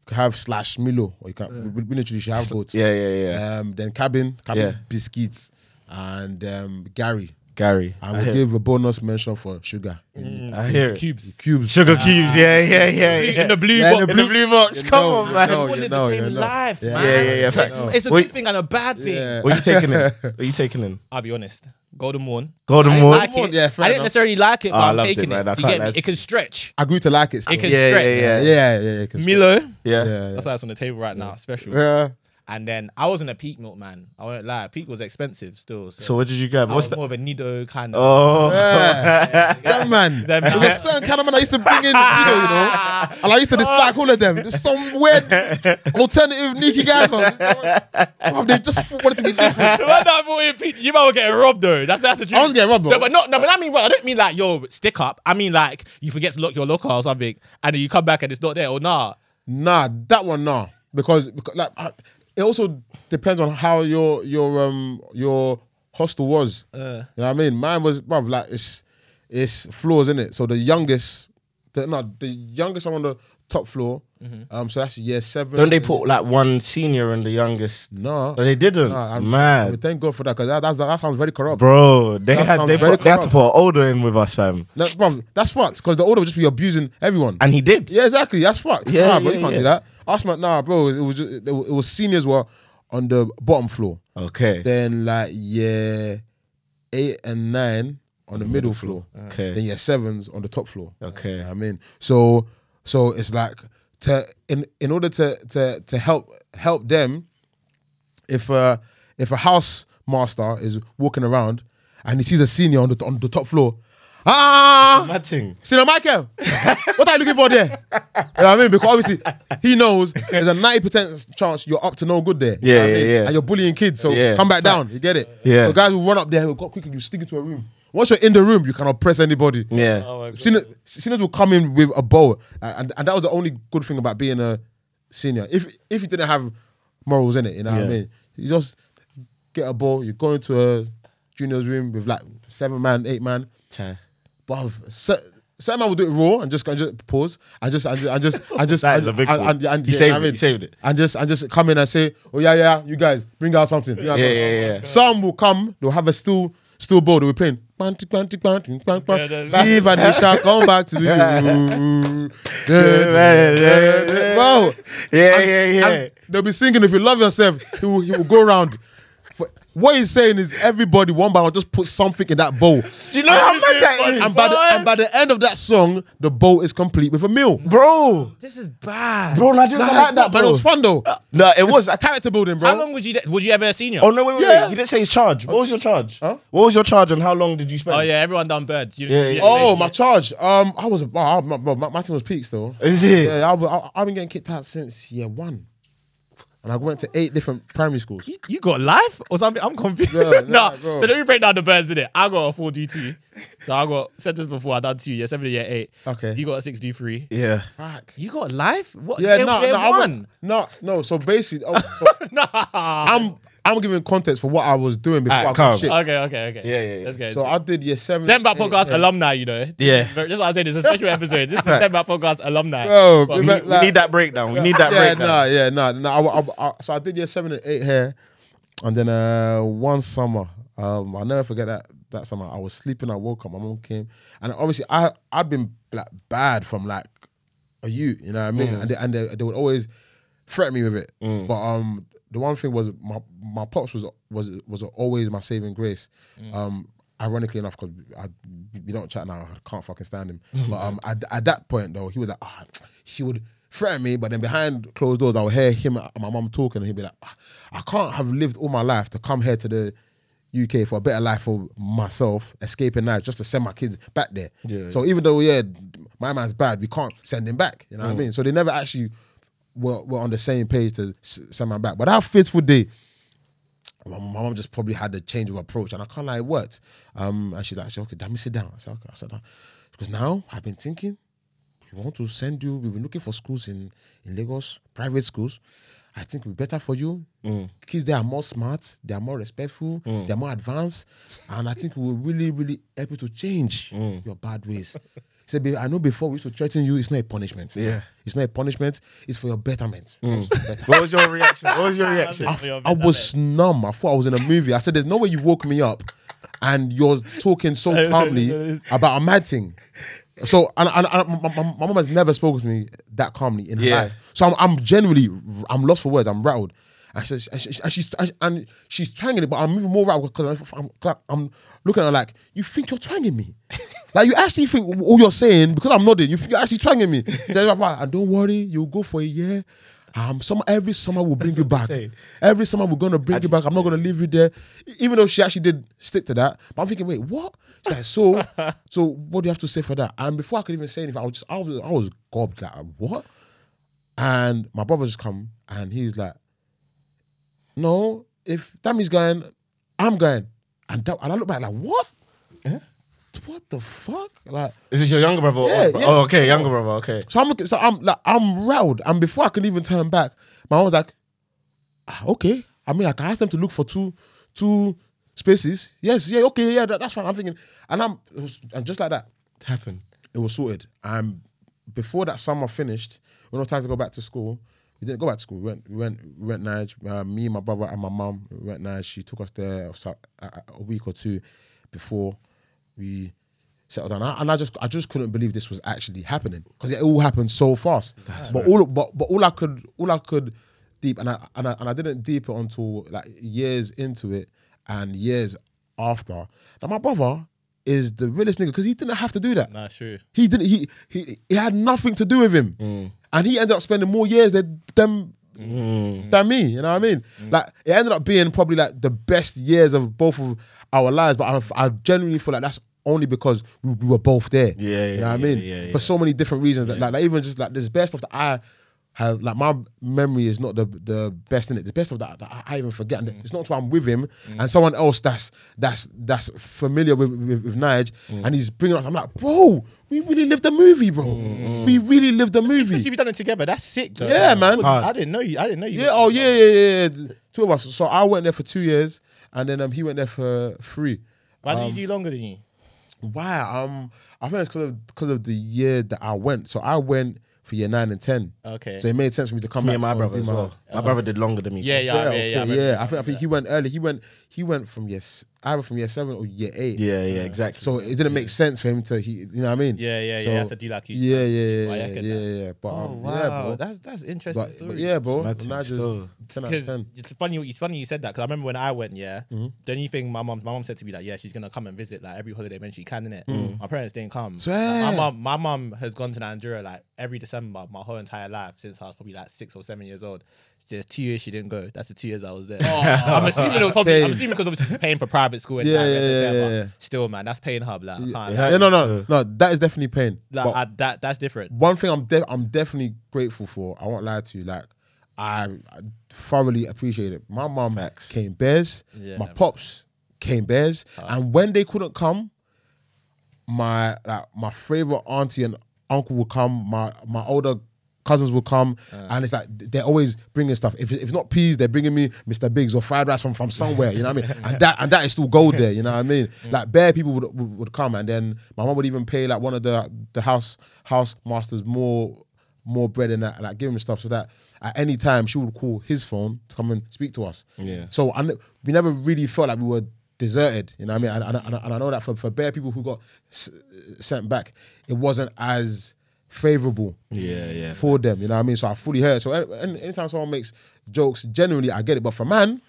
S3: You can have slash Milo, or you can we, we literally should have both.
S1: Yeah, yeah, yeah.
S3: Um, then cabin, cabin
S1: Yeah.
S3: biscuits, and um, Gary.
S1: Gary,
S3: And
S1: I Mm.
S3: we'll
S1: hear,
S3: give a bonus mention for sugar.
S1: I hear it.
S2: cubes.
S3: Cubes.
S1: Sugar cubes. Yeah, yeah, yeah. yeah.
S2: In the blue
S3: Yeah,
S2: box.
S3: in the
S1: in the blue box.
S3: You
S1: Come
S3: know,
S1: on,
S3: you
S1: man.
S3: know, you know, you know. Yeah.
S1: Yeah, yeah, yeah, facts.
S2: It's, it's a
S1: Wait.
S2: good thing and a bad thing.
S3: Yeah.
S1: What are you taking in? What are you taking in?
S2: I'll be honest. Golden Morn. I
S1: Golden
S2: didn't
S1: Moon.
S2: like it.
S3: Yeah, fair
S2: I didn't
S3: enough.
S2: necessarily like it, but
S1: Oh, I
S2: I'm
S1: loved it,
S2: taking it.
S1: man. I
S2: Do you
S1: can't
S2: get me?
S1: lie to
S2: It can stretch.
S3: I grew to like it. Still.
S2: It can
S1: Yeah,
S2: stretch.
S1: yeah,
S3: yeah, yeah, yeah. yeah, 'cause-
S2: Milo.
S1: Yeah.
S3: Yeah, yeah.
S2: That's why it's on the table right now. Special.
S3: yeah.
S2: And then I wasn't a peak milk man. I won't lie. Peak was expensive still. So,
S1: So what did you grab?
S2: I
S1: What's
S2: was
S1: that?
S2: more of a Nido kind of.
S1: Oh,
S3: Yeah. Them man.
S2: Them
S3: There's
S2: man.
S3: a certain kind of man I used to bring in, you know, you know. And I used to dislike all of them. There's some weird alternative sneaky guy. man. Oh, they just wanted to be different.
S2: Why not brought in peak? You might well get robbed though. That's that's the truth.
S3: I was getting robbed, bro.
S2: No, but not no, but I mean, well, I don't mean like yo stick up. I mean like you forget to lock your locker or something, and then you come back and it's not there or nah.
S3: Nah, that one nah. Because, because like I, it also depends on how your your um your hostel was. You know what I mean? Mine was bro, like it's it's floors in it. So the youngest, the, no, the youngest I'm on the top floor. Um, so that's year seven.
S1: don't they put like one senior and the youngest?
S3: No,
S1: No, they didn't.
S3: Nah, I'm-
S1: Mad,
S3: But thank God for that because that, that's, that sounds very corrupt. Bro.
S1: bro. They
S3: That
S1: had
S3: sounds
S1: they,
S3: very
S1: put, they had to
S3: corrupt.
S1: put an older in with us, fam.
S3: That's, bro, that's fucked because the older would just be abusing everyone.
S1: And he did.
S3: yeah, exactly. That's fucked.
S1: Yeah,
S3: Yeah, nah, bro,
S1: yeah,
S3: you can't
S1: yeah.
S3: do that. Us, man, nah, bro. It was just, it, was- it was seniors were on the bottom floor.
S1: Okay.
S3: Then like year eight and nine on the middle floor.
S1: Okay.
S3: Then year sevens on the top floor.
S1: Okay.
S3: You know what I mean, so so it's like to in in order to to to help help them, if uh if a house master is walking around and he sees a senior on the on the top floor, ah,
S1: Mad thing.
S3: Senior Michael, what are you looking for there? You know what I mean? Because obviously he knows there's a 90% chance you're up to no good there. You know
S1: Yeah,
S3: what I
S1: yeah,
S3: mean?
S1: yeah.
S3: And you're bullying kids, so
S1: Yeah,
S3: come back down. You get it?
S1: Yeah.
S3: So guys will run up there, go quickly, you sneak into a room. Once you're in the room, you can oppress anybody.
S1: Yeah.
S4: Oh my God.
S3: Seniors, seniors will come in with a bowl, and, and- and that was the only good thing about being a senior. If if you didn't have morals in it, you know what I
S1: Yeah.
S3: mean. You just get a ball. You go into a juniors room with like seven man, eight man.
S1: Try.
S3: But se- certain man will do it raw and just, and just pause. I just, I just, I just, I just,
S1: That
S3: I
S1: is
S3: just
S1: a big
S3: and,
S1: pause.
S3: and, and,
S1: You
S3: yeah,
S1: saved
S3: I
S1: it,
S3: mean,
S1: you saved it.
S3: And just, and just come in and say, oh yeah, yeah, you guys bring out something. Bring out
S1: Yeah,
S3: something.
S1: yeah, yeah.
S3: Some will come. They'll have a still, still ball. They'll be playing. Quanti, quanti, quanti, quanti, quanti.
S4: Yeah, that-
S3: Leave and they shall come back to you. Wow.
S1: Yeah,
S3: And-
S1: yeah, yeah.
S3: and they'll be singing if you love yourself. He will, he will go around. For- What he's saying is everybody one by one just put something in that bowl.
S1: Do you know how mad that is?
S3: And by, the, and by the end of that song, the bowl is complete with a meal.
S1: bro,
S2: This is bad.
S1: bro, I didn't
S3: Nah,
S1: like that,
S3: but it
S1: bro.
S3: was fun though.
S1: No, it was.
S3: a character building, bro.
S2: How long would you would you ever a senior?
S1: Oh no, wait, wait,
S3: Yeah.
S1: wait. You didn't say his charge. What was your charge?
S3: Huh?
S1: What was your charge, and how long did you spend?
S2: Oh yeah, everyone done birds. You-
S1: Yeah, yeah.
S3: Oh, my charge. Um, I was wow, my, my, my team was peaks though.
S1: Is it?
S3: Yeah, I, I, I've been getting kicked out since year one, and I went to eight different primary schools.
S2: You- You got life or something? I'm confused.
S3: Yeah,
S2: no,
S3: nah, bro.
S2: so let me break down the birds in it. I got a four D two, so I got sentence before I done two year seven to year eight.
S3: Okay.
S2: you got a six D three.
S1: Yeah.
S2: You got life? What?
S3: Yeah,
S2: They-
S3: no,
S2: they
S3: no, I went,
S2: won.
S3: no, no. So basically, oh, so
S2: Nah.
S3: I'm I'm giving context for what I was doing before
S1: Alright,
S3: I got
S1: calm.
S3: shit.
S2: Okay, okay, okay.
S1: Yeah, yeah, yeah.
S2: Let's go.
S3: So I did year seven.
S2: Zenba
S3: eight,
S2: podcast
S3: yeah.
S2: alumni, you know.
S1: Yeah.
S2: This is what I'm saying. It's a special episode. This is the Zenba podcast alumni.
S3: Bro,
S2: But
S3: we
S2: we-
S3: met-
S1: We
S3: Like-
S1: need that breakdown. We need that
S3: yeah,
S1: breakdown.
S3: nah, yeah, nah, nah. I, I, I, so I did year seven and eight here, and then uh, one summer, um, I will never forget that that summer. I was sleeping. I woke up. My mom came, and obviously I I'd been like bad from like a you, you know what I mean? And they, and they, they would always threaten me with it. But um, the one thing was my my pops was was was always my saving grace. Um. Ironically enough, because I we don't chat now, I can't fucking stand him. But um, at, at that point though, he was like, ah, he would threaten me, but then behind closed doors, I would hear him and my mum talking, and he'd be like, "Ah, I can't have lived all my life to come here to the UK for a better life for myself, escaping now just to send my kids back there.
S1: Yeah.
S3: So even though yeah, my man's bad, we can't send him back. You know what I mean? So they never actually were, were on the same page to s- send my back. But that fateful day, my, my mom just probably had a change of approach, and I can't lie, it worked. Um, and she's like, she, okay, let me sit down. I said, okay, I sat down. Because now I've been thinking, we want to send you. We've been looking for schools in in Lagos, private schools. I think it'll be better for you. Kids, they are more smart, they are more respectful, they are more advanced, and I think we will really, really help you to change your bad ways. He said, "Babe, I know before we used to threaten you, it's not a punishment.
S1: Yeah.
S3: It's not a punishment, it's for your betterment.
S1: Mm. What was your reaction? What was your reaction?
S4: it.
S3: I,
S4: for your
S3: I was numb. I thought I was in a movie. I said, "There's no way you've woke me up, and you're talking so calmly about a mad thing." So, and, and, and my, my, my mom has never spoken to me that calmly in her
S1: Yeah.
S3: life. So I'm, I'm genuinely, I'm lost for words. I'm rattled. And, she, and, she, and she's and she's twanging it, but I'm even more rattled because I'm, I'm looking at her like, you think you're twanging me? like you actually think all you're saying because I'm nodding. You think you're actually twanging me? and don't worry, you'll go for a year. Um, some every summer will bring you back.
S1: saying.
S3: Every summer we're gonna bring you back. I'm not gonna leave you there, E, even though she actually did stick to that. But I'm thinking, wait, what? She's like, so, so what do you have to say for that? And before I could even say anything, I was just, I was, I was gobbed. Like, what? And my brother just come and he's like, no, if Dami's going, I'm going. And, that, and I look back like, what? Eh? What the fuck? Like,
S1: Is this your younger brother? or
S3: Yeah,
S1: older bro-
S3: yeah.
S1: Oh, okay, younger brother. Okay.
S3: so I'm looking, so I'm like, I'm rattled. And before I could even turn back, my mom was like, "Ah, okay. I mean, I can ask them to look for two, two spaces. Yes, yeah, okay, yeah, that- that's fine. I'm thinking, and I'm, it was- and just like that,
S1: Happened.
S3: it was sorted. And before that summer finished, when it was time to go back to school, we didn't go back to school. We went, we went, we went Nige. Uh, me, my brother, and my mum we went Nige. She took us there so- a, a- a week or two before we settled down. And I- And I just, I just couldn't believe this was actually happening because it all happened so fast. but all, but, but all I could, all I could deep, and I, and I, and I didn't deep it until like years into it and years after. Now my brother is the realest nigga because he didn't have to do that.
S2: Nah, true.
S3: He didn't. He he he had nothing to do with him, and he ended up spending more years than them
S1: Mm. Mm-hmm.
S3: than me. You know what I mean? Like it ended up being probably like the best years of both of our lives. But I, I genuinely feel like that's only because we, we were both there.
S1: Yeah,
S3: you
S1: yeah,
S3: know what I
S1: yeah,
S3: mean?
S1: yeah, yeah.
S3: For so many different reasons. That, like, like even just like there's bare stuff that I have like my memory is not the the best in it. The best of that, that I, I even forget.
S1: Mm.
S3: And It's not until I'm with him and someone else that's that's that's familiar with with, with Nige
S1: Mm.
S3: and he's bringing us. I'm like, bro, we really lived the movie, bro.
S1: Mm,
S3: We really lived the movie.
S2: If you've done it together, that's sick. Though.
S3: Yeah, man.
S1: Hard.
S2: I didn't know you. I didn't know you.
S3: Yeah. Oh, yeah, yeah, yeah, yeah. The Two of us. So I went there for two years, and then um, he went there for three.
S2: Why
S3: um,
S2: did you do longer than you?
S3: Why? Um, I think it's because of because of the year that I went. So I went for year nine and ten.
S2: Okay.
S3: So it made sense for me to come back
S1: Me and
S3: to
S1: my
S3: go
S1: brother
S3: do
S1: as
S3: my-
S1: well. My brother did longer than me.
S2: Yeah, yeah, yeah, yeah.
S3: okay,
S2: I remember
S3: yeah.
S2: that.
S3: I think I think he went early. He went he went from yes either from year seven or year eight.
S1: Yeah, yeah, exactly.
S3: So it didn't make sense for him to he. You know what I mean?
S2: Yeah, yeah, yeah,
S3: So-
S2: you had to do like you-
S3: Yeah, yeah, yeah,
S2: Well, I
S3: yeah,
S2: get
S3: yeah,
S2: that.
S3: yeah. But
S2: Oh
S3: um,
S2: wow,
S3: yeah, bro.
S2: that's that's interesting
S3: But,
S2: story.
S3: but yeah, bro.
S1: mad thing,
S3: Nigel's
S1: still.
S3: ten out of
S2: Because
S3: ten.
S2: it's funny, it's funny you said that because I remember when I went, yeah.
S3: Mm-hmm.
S2: The only thing my mom, my mom said to me that yeah, she's gonna come and visit like every holiday when she can, innit? My parents didn't come.
S3: Mm. Swear.
S2: Like, my mom, my mom has gone to Nigeria like every December my whole entire life since I was probably like six or seven years old. There's two years she didn't go. That's the two years I was there. I'm assuming it was probably. I'm
S3: Babe.
S2: assuming because obviously she's paying for private school. And
S3: Yeah,
S2: that,
S3: yeah,
S2: that's fair,
S3: yeah,
S2: but
S3: yeah, yeah.
S2: Still, man, that's paying her. Like, I can't,
S1: Yeah.
S3: Yeah, no, no, no. That is definitely pain.
S2: like,
S3: But-
S2: I, that that's different.
S3: one thing I'm de- I'm definitely grateful for. I won't lie to you. Like I, I thoroughly appreciate it. My mum
S1: Facts.
S3: came bears.
S2: Yeah. Uh.
S3: my pops came bears. And when they couldn't come, my like my favorite auntie and uncle would come. My my older cousins would come, and it's like they're always bringing stuff. If, if it's not peas, they're bringing me Mr. Biggs or fried rice from, from somewhere. You know what I mean? And that and that is still gold there. You know what I mean? Like bare people would, would would come, and then my mom would even pay like one of the the house house masters more more bread and that, like give him stuff so that at any time she would call his phone to come and speak to us.
S1: Yeah.
S3: So I, ne- we never really felt like we were deserted. You know what I mean? And, and, and, and I know that for, for bare people who got s- sent back, it wasn't as favorable
S1: Yeah, yeah.
S3: for them. You know what I mean? So I fully heard. So any- any- anytime someone makes jokes, generally I get it. But for man,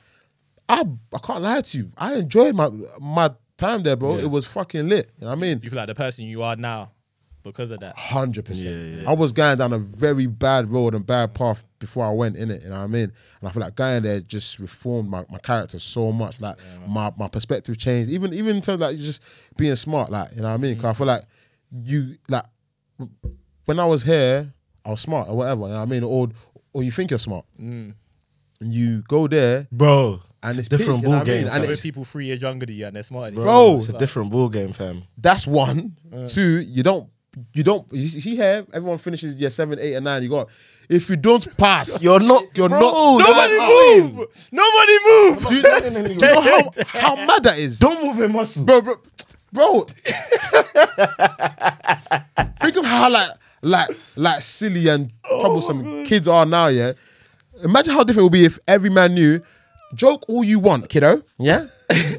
S3: I I can't lie to you. I enjoyed my my time there, bro.
S1: Yeah.
S3: It was fucking lit. You know what I mean?
S2: You feel like the person you are now because of that.
S3: Hundred
S1: Yeah,
S3: percent.
S1: yeah.
S3: I was going down a very bad road and bad path before I went in it. You know what I mean? And I feel like going there just reformed my, my character so much. Like my, my perspective changed. Even even in terms of like just being smart. Like you know what I mean? 'Cause I feel like you like when I was here, I was smart or whatever. You know what I mean? Or or you think you're smart.
S1: Mm.
S3: And you go there
S1: Bro,
S3: and it's
S1: different
S3: big, you know
S1: ball
S3: what I mean?
S1: game.
S3: And
S1: fam.
S2: Other
S3: it's-
S2: people three years younger than you and they're smarter than you.
S3: Bro,
S1: it's a different ball game, fam.
S3: That's one. Two, you don't, you don't. You see here, everyone finishes year seven, eight, and nine. You got, if you don't pass, you're not, you're
S1: Bro,
S3: not.
S1: nobody
S3: you're not-
S2: move! Nobody move!
S3: Do you, do you know how, how mad that is,
S1: Don't move your muscle.
S3: bro, bro, bro. Think of how like, like, like silly and
S1: Oh
S3: troublesome kids are now. Yeah, imagine how different it would be if every man knew. Joke all you want, kiddo. Yeah,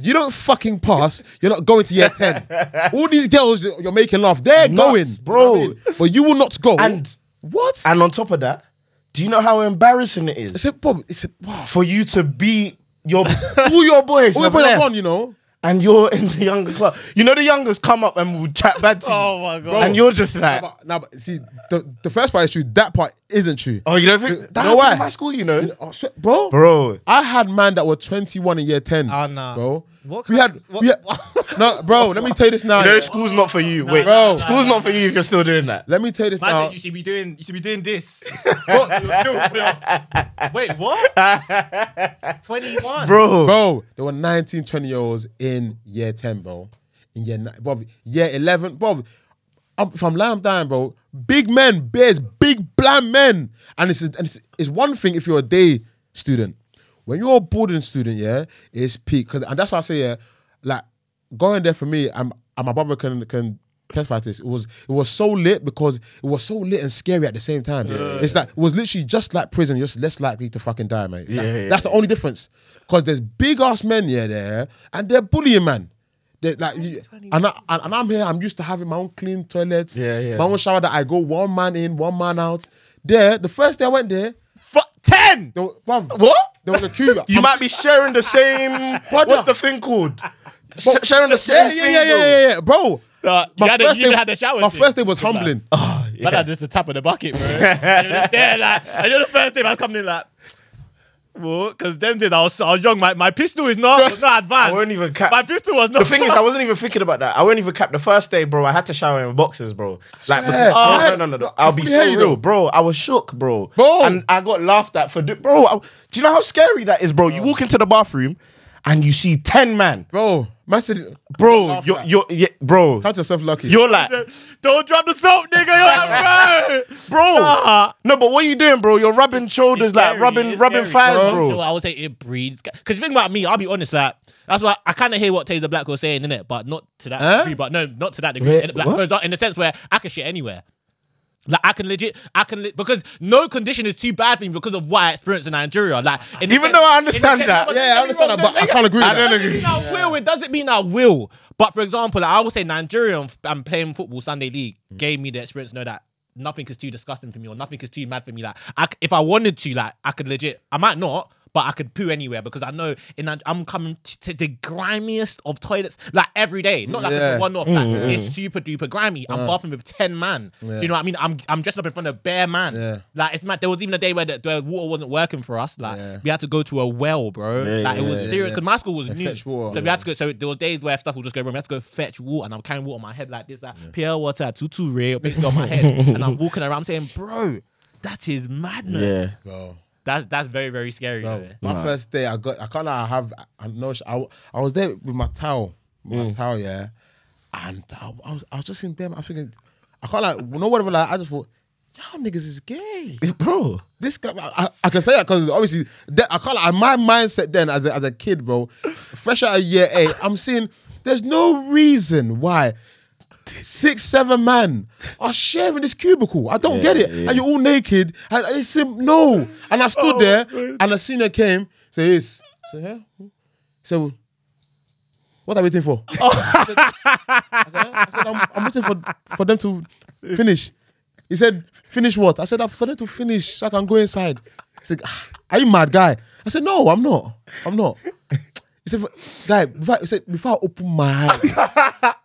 S3: you don't fucking pass. You're not going to year ten. All these girls that you're making laugh. They're
S1: Nuts,
S3: going,
S1: bro.
S3: You know what I mean? But you will not go.
S1: And-
S3: what?
S1: And on top of that, do you know how embarrassing it
S3: it's
S1: is
S3: a Bob. It's a wow.
S1: for you to be your all your boys,
S3: Oh,
S1: have
S3: but I'm
S1: left
S3: on, you know.
S1: and you're in the youngest club? You know the youngest come up and will chat bad to you.
S2: Oh my God.
S1: And you're just like,
S3: Now, but, nah, but see, the, the first part is true. That part isn't true.
S1: oh, you don't think that
S3: know
S1: happened
S3: why?
S1: in my school? You know,
S3: Oh, swe- bro.
S1: bro.
S3: I had man that were 21 in year 10.
S2: Ah, nah.
S3: Bro.
S2: What
S3: we
S2: kind-
S3: had,
S2: what-
S3: we had No, bro, let me tell you this now.
S1: No,
S3: yeah.
S1: school's not for you. Wait,
S3: no, no,
S1: school's not for you if you're still doing that.
S3: Let me tell you this
S2: Man
S3: now.
S2: said you should be doing you should be doing this.
S3: Bro,
S2: Wait, what? Twenty one.
S1: Bro,
S3: bro, there were 19, 20 year olds in year 10, bro. In year nine, bro, year 11, bro. I'm, if I'm lying, I'm dying, bro. Big men, bears, big bland men. And it's, and it's, it's one thing if you're a day student. When you're a boarding student, yeah, it's peak. Cause, and that's why I say, yeah, like going there for me, and, and my brother can can testify to this. It was it was so lit because it was so lit and scary at the same time. It's like it was literally just like prison. You're just less likely to fucking die, mate. That's,
S1: Yeah, yeah,
S3: that's the only difference. Cause there's big ass men here there, and they're bullying man. They're like, you- and, I, and and I'm here. I'm used to having my own clean toilets,
S1: Yeah, yeah.
S3: my own shower that I go one man in, one man out. There, the first day I went there,
S1: fuck ten.
S3: there, was- bruv,
S1: What?
S3: There was a queue.
S1: You might be sharing the same. what's the thing called? Sh- sharing the
S3: yeah,
S1: same
S3: yeah,
S1: thing.
S3: yeah, yeah,
S1: though.
S3: yeah, yeah, bro.
S2: Uh, you had a- you even had the shower
S3: My
S2: thing.
S3: first day was
S2: Good man.
S3: humbling.
S1: Oh, yeah.
S2: But that's just the top of the bucket, bro. you're just there, like, and you're the first thing I was coming in like Well, because them days I was, I was young. My, my pistol is not was not
S1: I
S2: advanced.
S1: won't even cap.
S2: my pistol was not.
S1: the thing is, I wasn't even thinking about that. I won't even cap. The first day, bro, I had to shower in boxes, bro. Like, because,
S3: I
S1: no,
S3: had-
S1: no, no, no,
S3: I
S1: no. I'll be
S3: fully hear
S1: so
S3: you, though.
S1: real, bro. I was shook, bro.
S3: Bro.
S1: And I got laughed at for, do- bro. I, do you know how scary that is, bro? You walk into the bathroom and you see ten man,
S3: bro. Man said,
S1: bro.
S3: Laugh
S1: You're,
S3: at.
S1: you're, yeah, bro.
S3: count yourself lucky.
S1: You're like,
S2: Don't drop the soap, nigga. You're like, bro. Uh,
S1: bro.
S2: Nah.
S1: No, but what are you doing, bro? You're rubbing shoulders,
S2: It's
S1: like
S2: scary,
S1: rubbing,
S2: it's
S1: rubbing
S2: scary.
S3: Bro.
S1: thighs, bro.
S2: No, I would say it breeds. Because the thing about me, I'll be honest, like, that's why I kind of hear what Taser Black was saying, innit? But not to that
S3: Huh?
S2: degree. But no, not to that degree.
S1: Wait,
S2: In- like,
S1: what?
S2: for example, in the sense where I can shit anywhere. Like I can legit, I can li- because no condition is too bad for me because of what I experienced in Nigeria. Like, in the
S1: Even
S2: sense-
S1: though I understand
S2: in the
S1: that.
S2: sense- but
S3: Yeah, I
S2: don't get me
S3: understand
S2: wrong,
S3: that, but
S2: don't-
S3: I can't agree with
S2: it
S3: that.
S2: doesn't mean I will. It doesn't mean I will. But for example, like, I would say Nigerian f- and playing football Sunday league
S3: Mm.
S2: gave me the experience to know that nothing is too disgusting for me or nothing is too mad for me. Like, I c if I wanted to, like, I could legit. I might not. But I could poo anywhere because I know in, Nige- I'm coming t- to the grimiest of toilets like every day. Not like
S3: Yeah. Mm-hmm. Uh.
S2: it's one off. Like, It's super duper grimy. I'm bathing with ten man. Do you know what I mean? I'm I'm dressed up in front of bare man.
S3: Yeah.
S2: Like it's mad. There was even a day where the, the water wasn't working for us. Like
S3: Yeah.
S2: we had to go to a well, bro.
S1: Yeah,
S2: like it
S1: yeah,
S2: was
S3: yeah,
S2: serious
S3: yeah.
S2: because my school was
S3: And
S2: new.
S3: fetch water.
S2: So we had to go. So there were days where stuff would just go wrong. We had to go fetch water, and I'm carrying water on my head like this, like pure water, tutu ray, basically on my head, and I'm walking around. I'm saying, bro, that is madness.
S1: Yeah.
S3: Bro.
S2: That's that's very very scary.
S3: Bro,
S2: though.
S3: my first day, I got, I can't lie, I have, I know, sh- I, w- I was there with my towel, my
S2: Mm.
S3: towel, yeah, and I, I was, I was just in bed, I'm thinking, I can't like, no whatever, like, I just thought, y'all niggas is gay.
S1: Bro.
S3: This guy, I, I- I can say that because obviously, that, I can't lie, my mindset then as a, as a kid, bro, fresh out of year eight, I'm seeing there's no reason why six, seven man are sharing this cubicle. I don't
S1: Yeah,
S3: get it.
S1: yeah.
S3: And you're all naked. And and it's sim- no. And I stood there and a senior came, say this. Say, yeah. So, what are we waiting for? I said, "Huh?" I said, I'm, I'm waiting for, for them to finish. He said, finish what? I said, "I'm for them to finish so I can go inside. He said, "Ah, are you mad, guy? I said, no, I'm not. I'm not. He said, guy, before I, he said, before I open my eyes,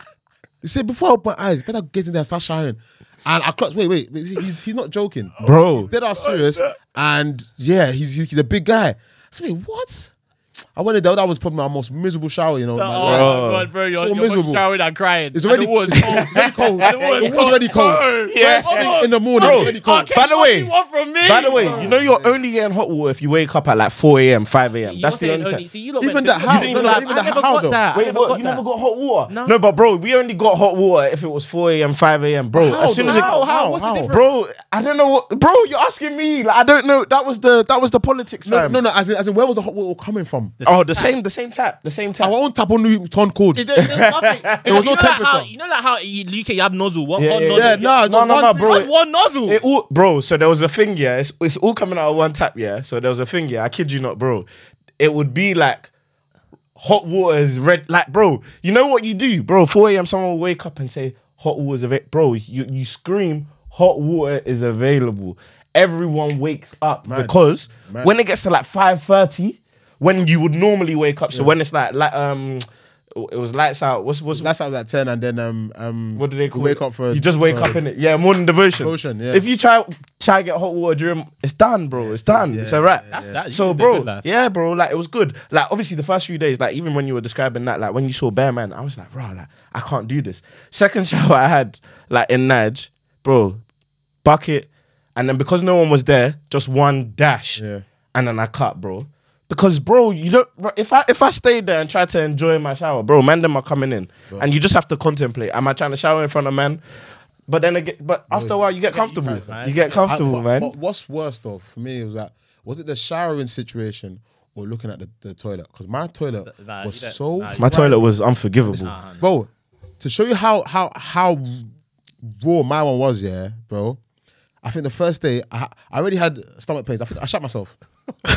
S3: he said, before I open my eyes, better get in there and start showering. And I clutched, wait, wait, wait, he's, he's not joking.
S1: Bro.
S3: Dead are serious. And yeah, he's, he's a big guy. I said, wait, what? I went in there, that was probably my most miserable shower, you know. in my life.
S2: Oh my god, bro! You're,
S3: So
S2: you're
S3: miserable.
S2: showering and crying.
S3: It's already
S2: and the water's cold.
S3: It's already cold.
S2: And
S3: It's
S2: the water's
S3: already cold.
S2: Bro,
S1: Yeah.
S2: First thing
S3: In the morning,
S1: Bro.
S3: it's already cold.
S1: By the
S2: what
S1: way-
S2: you want from me?
S1: By the way, you know you're only getting hot water if you wake up at like 4 a.m., 5 a.m.
S2: You
S1: That's
S2: were
S1: the
S2: saying
S1: only
S2: only-
S1: time.
S2: see, you lot
S3: Even
S2: went
S3: that
S2: to-
S3: how-
S2: you
S3: no,
S2: lot-
S3: even
S2: I
S3: that
S2: never
S3: how
S2: got
S3: though?
S2: that. I
S1: Wait,
S2: never
S1: what?
S2: got
S1: You
S2: that.
S1: never got hot water?
S2: No.
S1: but bro, we only got hot water if it was 4 a.m., 5 a.m., bro. as soon as it,
S2: How? How? What's the difference?
S1: bro, I don't know what, bro. You're asking me. Like I don't know. That was the that was the politics.
S3: No,
S1: fam.
S3: no, no. As in, as in, where was the hot water coming from?
S1: Oh, the same, the same tap, the same tap.
S3: Our own tap only turned cold.
S2: Is there, there's nothing.
S3: There was
S2: You
S3: no
S2: know like how-
S3: temperature.
S2: you know, like how in UK you have nozzle. One,
S1: Yeah,
S2: one
S1: yeah,
S2: nozzle.
S3: yeah, nah,
S1: no,
S3: just
S1: no,
S3: one
S1: no,
S3: thing.
S1: bro.
S2: What's one nozzle?
S1: It all, bro. So there was a thing, yeah. It's, it's all coming out of one tap, yeah. So there was a thing, yeah. I kid you not, bro. It would be like hot water is red, like, bro. You know what you do, bro? 4 a.m. Someone will wake up and say hot water is available, bro. You you scream hot water is available. Everyone wakes up because
S3: Mad.
S1: when it gets to like 5:30, when you would normally wake up. So when it's like, like um, it was lights out. What's what's
S3: Last time was at ten, and then um um.
S1: what do they
S3: we
S1: call
S3: Wake
S1: it?
S3: up for
S1: you just wake
S3: for-
S1: up in it. Yeah, morning devotion.
S3: Devotion, yeah.
S1: If you try try to get hot water during, it's done, bro. It's done. it's alright.
S2: That's- that- you
S1: so,
S2: lived a good
S1: bro,
S2: life.
S1: yeah, bro. Like it was good. Like obviously the first few days, like even when you were describing that, like when you saw Bear Man, I was like, bro, like I can't do this. Second shower I had, like in Naj, bro, bucket, and then because no one was there, just one dash,
S3: Yeah.
S1: and then I cut, bro. Because bro, you don't. bro, If I if I stayed there and tried to enjoy my shower, bro, man, them are coming in, and you just have to contemplate. Am I trying to shower in front of man? But then again, but after a while, you get comfortable.
S2: man.
S1: You get
S3: I-
S1: comfortable,
S3: but-
S1: man.
S3: But what's worse though for me was that was it the showering situation or looking at the, the toilet? Because my toilet
S2: nah,
S3: was
S2: you don't-
S3: so
S2: nah, you-
S1: My toilet was unforgivable.
S3: bro. To show you how how how raw my one was, yeah, bro. I think the first day I, I already had stomach pains. I think I shot myself.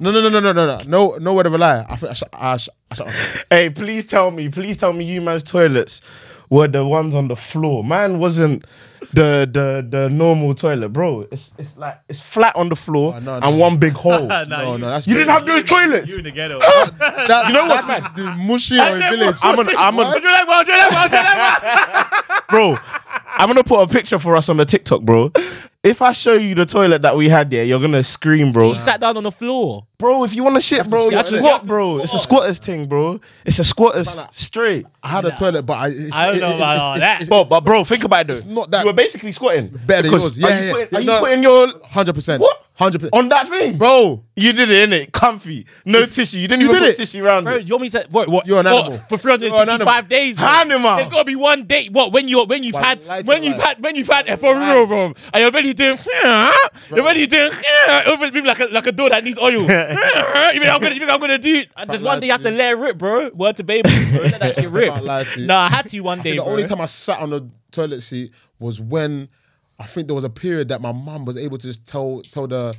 S3: no, no, no, no, no, no, no, no, no word of a lie. I think I shot, I shot, I shot myself.
S1: Hey, please tell me, please tell me, you man's toilets were the ones on the floor. Mine wasn't the the the normal toilet, bro. It's it's like it's flat on the floor
S3: Oh, no, no,
S1: and
S3: no.
S1: one big hole.
S3: Oh, No, no, that's
S1: You didn't have
S2: you
S1: those
S2: in the-
S1: toilets?
S2: You in the ghetto.
S3: That, you know
S1: what's
S3: that's the mushy or village.
S1: I'm an I'm an
S2: Do that well, do that well, do that well.
S1: bro. I'm gonna put a picture for us on the TikTok, bro. If I show you the toilet that we had there, you're gonna scream, bro.
S2: He sat down on the floor.
S1: Bro, if you want to shit, bro,
S3: squat,
S1: you
S3: innit?
S1: squat, bro. It's a squatter's thing, bro. It's a squatter's straight.
S3: I had a toilet, but I, it's,
S2: I don't know about all that.
S1: But, but bro, think about it though.
S3: not that-
S1: you were basically squatting.
S3: Better than
S1: Because
S3: yours. Yeah,
S1: are you,
S3: yeah.
S1: Putting, are you
S3: No.
S1: putting your
S3: Hundred percent.
S1: What?
S3: Hundred percent.
S1: on that thing,
S3: Bro,
S1: You did it, innit? Comfy, no tissue. You didn't
S3: You
S1: even
S3: did
S1: put
S3: it.
S1: tissue around
S2: Bro,
S1: it.
S2: you want me to what? what
S3: You're an
S2: what,
S3: animal.
S2: for
S3: You're an animal.
S2: 365 days. bro?
S1: Hand him out.
S2: There's gotta be one day. What when you when you've
S3: Well,
S2: had
S3: lie to
S2: when
S3: lie.
S2: you've had when you've had for real, bro? Are you already doing? You're already doing over people like a like a door that needs oil. you mean I'm gonna you think I'm gonna do? There's
S3: lie
S2: one day you have
S3: to
S2: to let it rip, bro. Word to baby, bro. Let that shit rip.
S3: Can't lie to you.
S2: Nah, I had to one day,
S3: the
S2: bro.
S3: only time I sat on the toilet seat was when I think there was a period that my mum was able to just tell tell the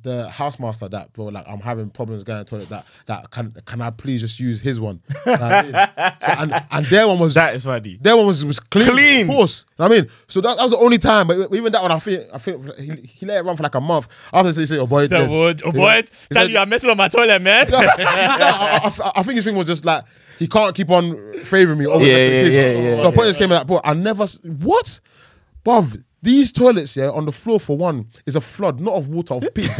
S3: the housemaster that bro, like I'm having problems going to the toilet. That that can can I please just use his one? You know what I mean? So, and and their one was
S1: That is funny.
S3: their one was was clean,
S1: Clean.
S3: Of course, You know what I mean, so that, that was the only time. But even that one, I think I think he, he let it run for like a month. After he said, "Oh boy,
S2: The wood, oh boy, tell you I'm messing on my toilet, man.
S3: no, I, I- I- I think his thing was just like he can't keep on favoring me. Over
S1: Yeah,
S3: the rest of the
S1: yeah,
S3: kids.
S1: yeah, yeah,
S3: So I put this game like, bro, I never s- what, bruv. These toilets here on the floor for one is a flood, not of water, of piss.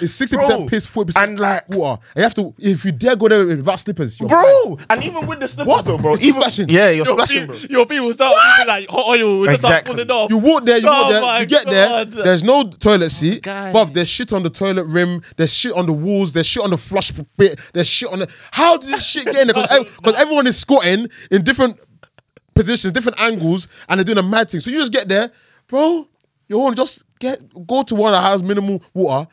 S3: it's sixty
S1: Bro,
S3: percent piss, forty
S1: and
S3: percent
S1: like-
S3: water. And you have to if you dare go there without slippers, you're
S1: Bro, and even with the slippers,
S3: What?
S1: though, bro.
S3: It's
S1: even
S3: splashing.
S1: yeah, you're
S2: Your
S1: splashing,
S2: feet,
S1: bro.
S2: your feet will start feeling like hot oil, will just start
S1: Exactly.
S2: pulling off.
S3: You walk there, you
S2: Oh
S3: walk there,
S2: my
S3: you get
S2: God.
S3: there. There's no toilet seat,
S2: God.
S3: bruv. There's shit on the toilet rim. There's shit on the walls. There's shit on the flush bit. There's shit on the. How did this shit get in there? Because everyone is squatting in different positions, different angles, and they're doing a mad thing. So you just get there, bro. You want just get go to one that has minimal water.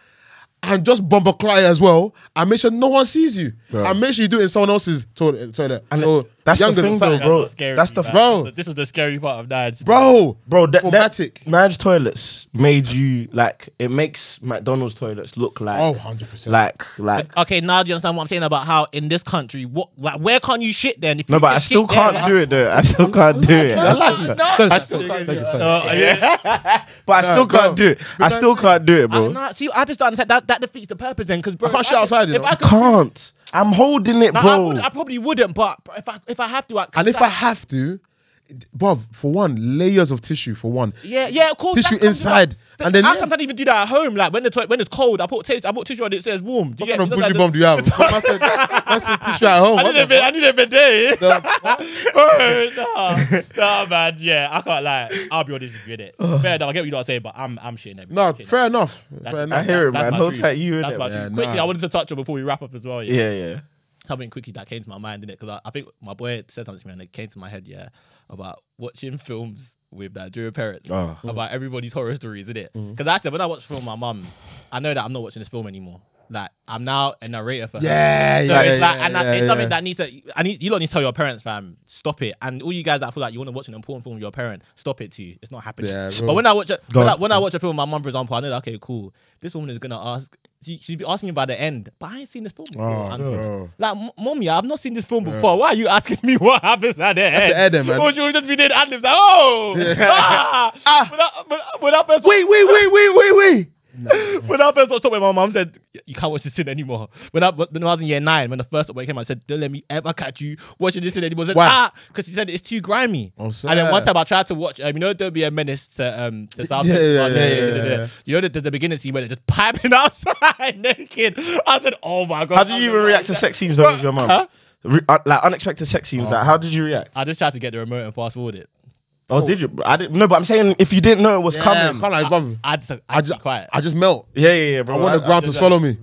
S3: And just bumper cry as well, and make sure no one sees you, and make sure you do it in someone else's toilet. toilet.
S1: And
S3: so
S1: that's the
S3: youngers
S1: thing,
S3: aside-
S1: though, bro.
S2: That's scary,
S1: That's the
S2: man.
S3: bro.
S2: This was the scary part of that.
S3: bro,
S1: Bro, that,
S3: traumatic.
S1: that Nige toilets made you like it makes McDonald's toilets look like
S3: Oh, 100%.
S1: like like
S2: Okay, now do you understand what I'm saying about how in this country, what like where can't you shit then? If
S1: no,
S2: you
S1: but
S2: can
S1: I still
S2: shit there,
S1: can't do it though. I still can't do it.
S3: I like you. Sorry, sorry, sorry. Thank you, sorry.
S2: Uh, yeah.
S1: But I still
S3: bro,
S1: can't do it.
S3: we
S1: I
S3: can't
S1: still
S3: do
S1: can't do it,
S2: I,
S1: bro.
S2: nah, see, I just don't understand that that defeats the purpose then, because bro,
S3: I can't
S2: if
S3: shit
S2: could-
S3: outside, you
S2: If
S3: know.
S2: I could,
S1: Can't. I'm holding it,
S2: nah, I,
S1: bro.
S2: would, I probably wouldn't, but if I if I have to, I,
S3: And if I have to, Bob, for one, layers of tissue for one.
S2: yeah, yeah, of course.
S3: Tissue
S2: that comes with
S3: inside,
S2: that. But
S3: and then-
S2: I sometimes even do that at home. Like when the toilet when it's cold, I put tissue. I put tissue on it. it Says warm. Do you
S3: What kind
S2: get
S3: of
S2: me?
S3: bougie
S2: Just
S3: bomb
S2: like
S3: do you have? that's, the, that's the tissue at home.
S2: the- I
S3: What
S2: need a
S3: the
S2: bit. I need a bit day.
S3: fuck?
S2: Bro, nah, nah, man. Yeah, I can't lie. I'll be honest with you, innit? Fair enough. I get what you lot are saying, but I'm I'm shitting everything.
S3: No, fair enough. fair
S2: that's-
S1: I
S3: enough.
S1: hear it,
S2: that's
S1: man.
S2: my
S1: Hold
S2: truth.
S1: tight, you
S2: That's
S1: innit,
S2: my
S1: man?
S2: truth.
S3: Yeah,
S2: Quickly,
S3: nah.
S2: I wanted to touch on before we wrap up as well. Yeah,
S1: Yeah, yeah.
S2: something quickly that came to my mind, innit? Because I, I think my boy said something to me and it came to my head, yeah, about watching films with Nigerian parents,
S3: Ah.
S1: Oh.
S2: about everybody's horror stories, innit?
S3: Mm-hmm.
S2: Because I said, when I watch film with my mum, I know that I'm not watching this film anymore. Like, I'm now a narrator for her.
S3: Yeah,
S2: So
S3: yeah,
S2: it's
S3: yeah,
S2: like,
S3: yeah,
S2: and that,
S3: yeah,
S2: it's something
S3: yeah.
S2: that needs to. I need you lot need to tell your parents, fam. Stop it. And all you guys that feel like you want to watch an important film with your parent, stop it too. It's not happening.
S3: Yeah, bro.
S2: but when I watch a,
S1: Go
S2: when, I,
S1: on.
S2: when I watch a film with my mum, for example, I know that okay, cool. This woman is gonna ask. She, she's be asking me about the end, but I ain't seen this film before.
S3: Oh,
S2: Anthony.
S3: bro.
S2: Like, m- mom, yeah, I've not seen this film before. Why are you asking me what happens at the end?
S3: the end, then, man.
S2: Or she would just be doing ad libs like, oh, ah, When, I, when, I- when I first wait, wait, wait, wait, wait, wait. When I first watched Top Boy, my mom said, "You can't watch this thing anymore." When I when I was in year nine, when the first Top Boy came, out, I said, "Don't let me ever catch you watching this thing anymore." I said,
S3: Why?
S2: Ah, because she said it's too grimy.
S3: Oh,
S2: and
S3: sir.
S2: then one time I tried to watch, um, you know, "Don't Be a Menace" to um to South.
S3: yeah, yeah,
S2: Oh,
S3: yeah, yeah, yeah.
S2: You know, the, the, the beginning scene where they're just piping outside naked. I said, "Oh my god!"
S1: How did you even react to sex scenes though with your mum?
S2: Huh? Oh.
S1: Re- uh, like unexpected sex scenes. Like, how did you react?
S2: I just tried to get the remote and fast forward it.
S1: Oh, did you? I didn't. No, but I'm saying if you didn't know it was
S3: Come
S1: coming.
S3: on, like, bro,
S2: um, I just, I,
S3: I
S2: just
S3: just,
S2: be quiet.
S3: I just melt.
S1: Yeah, yeah, yeah, bro.
S3: I want the ground to swallow me.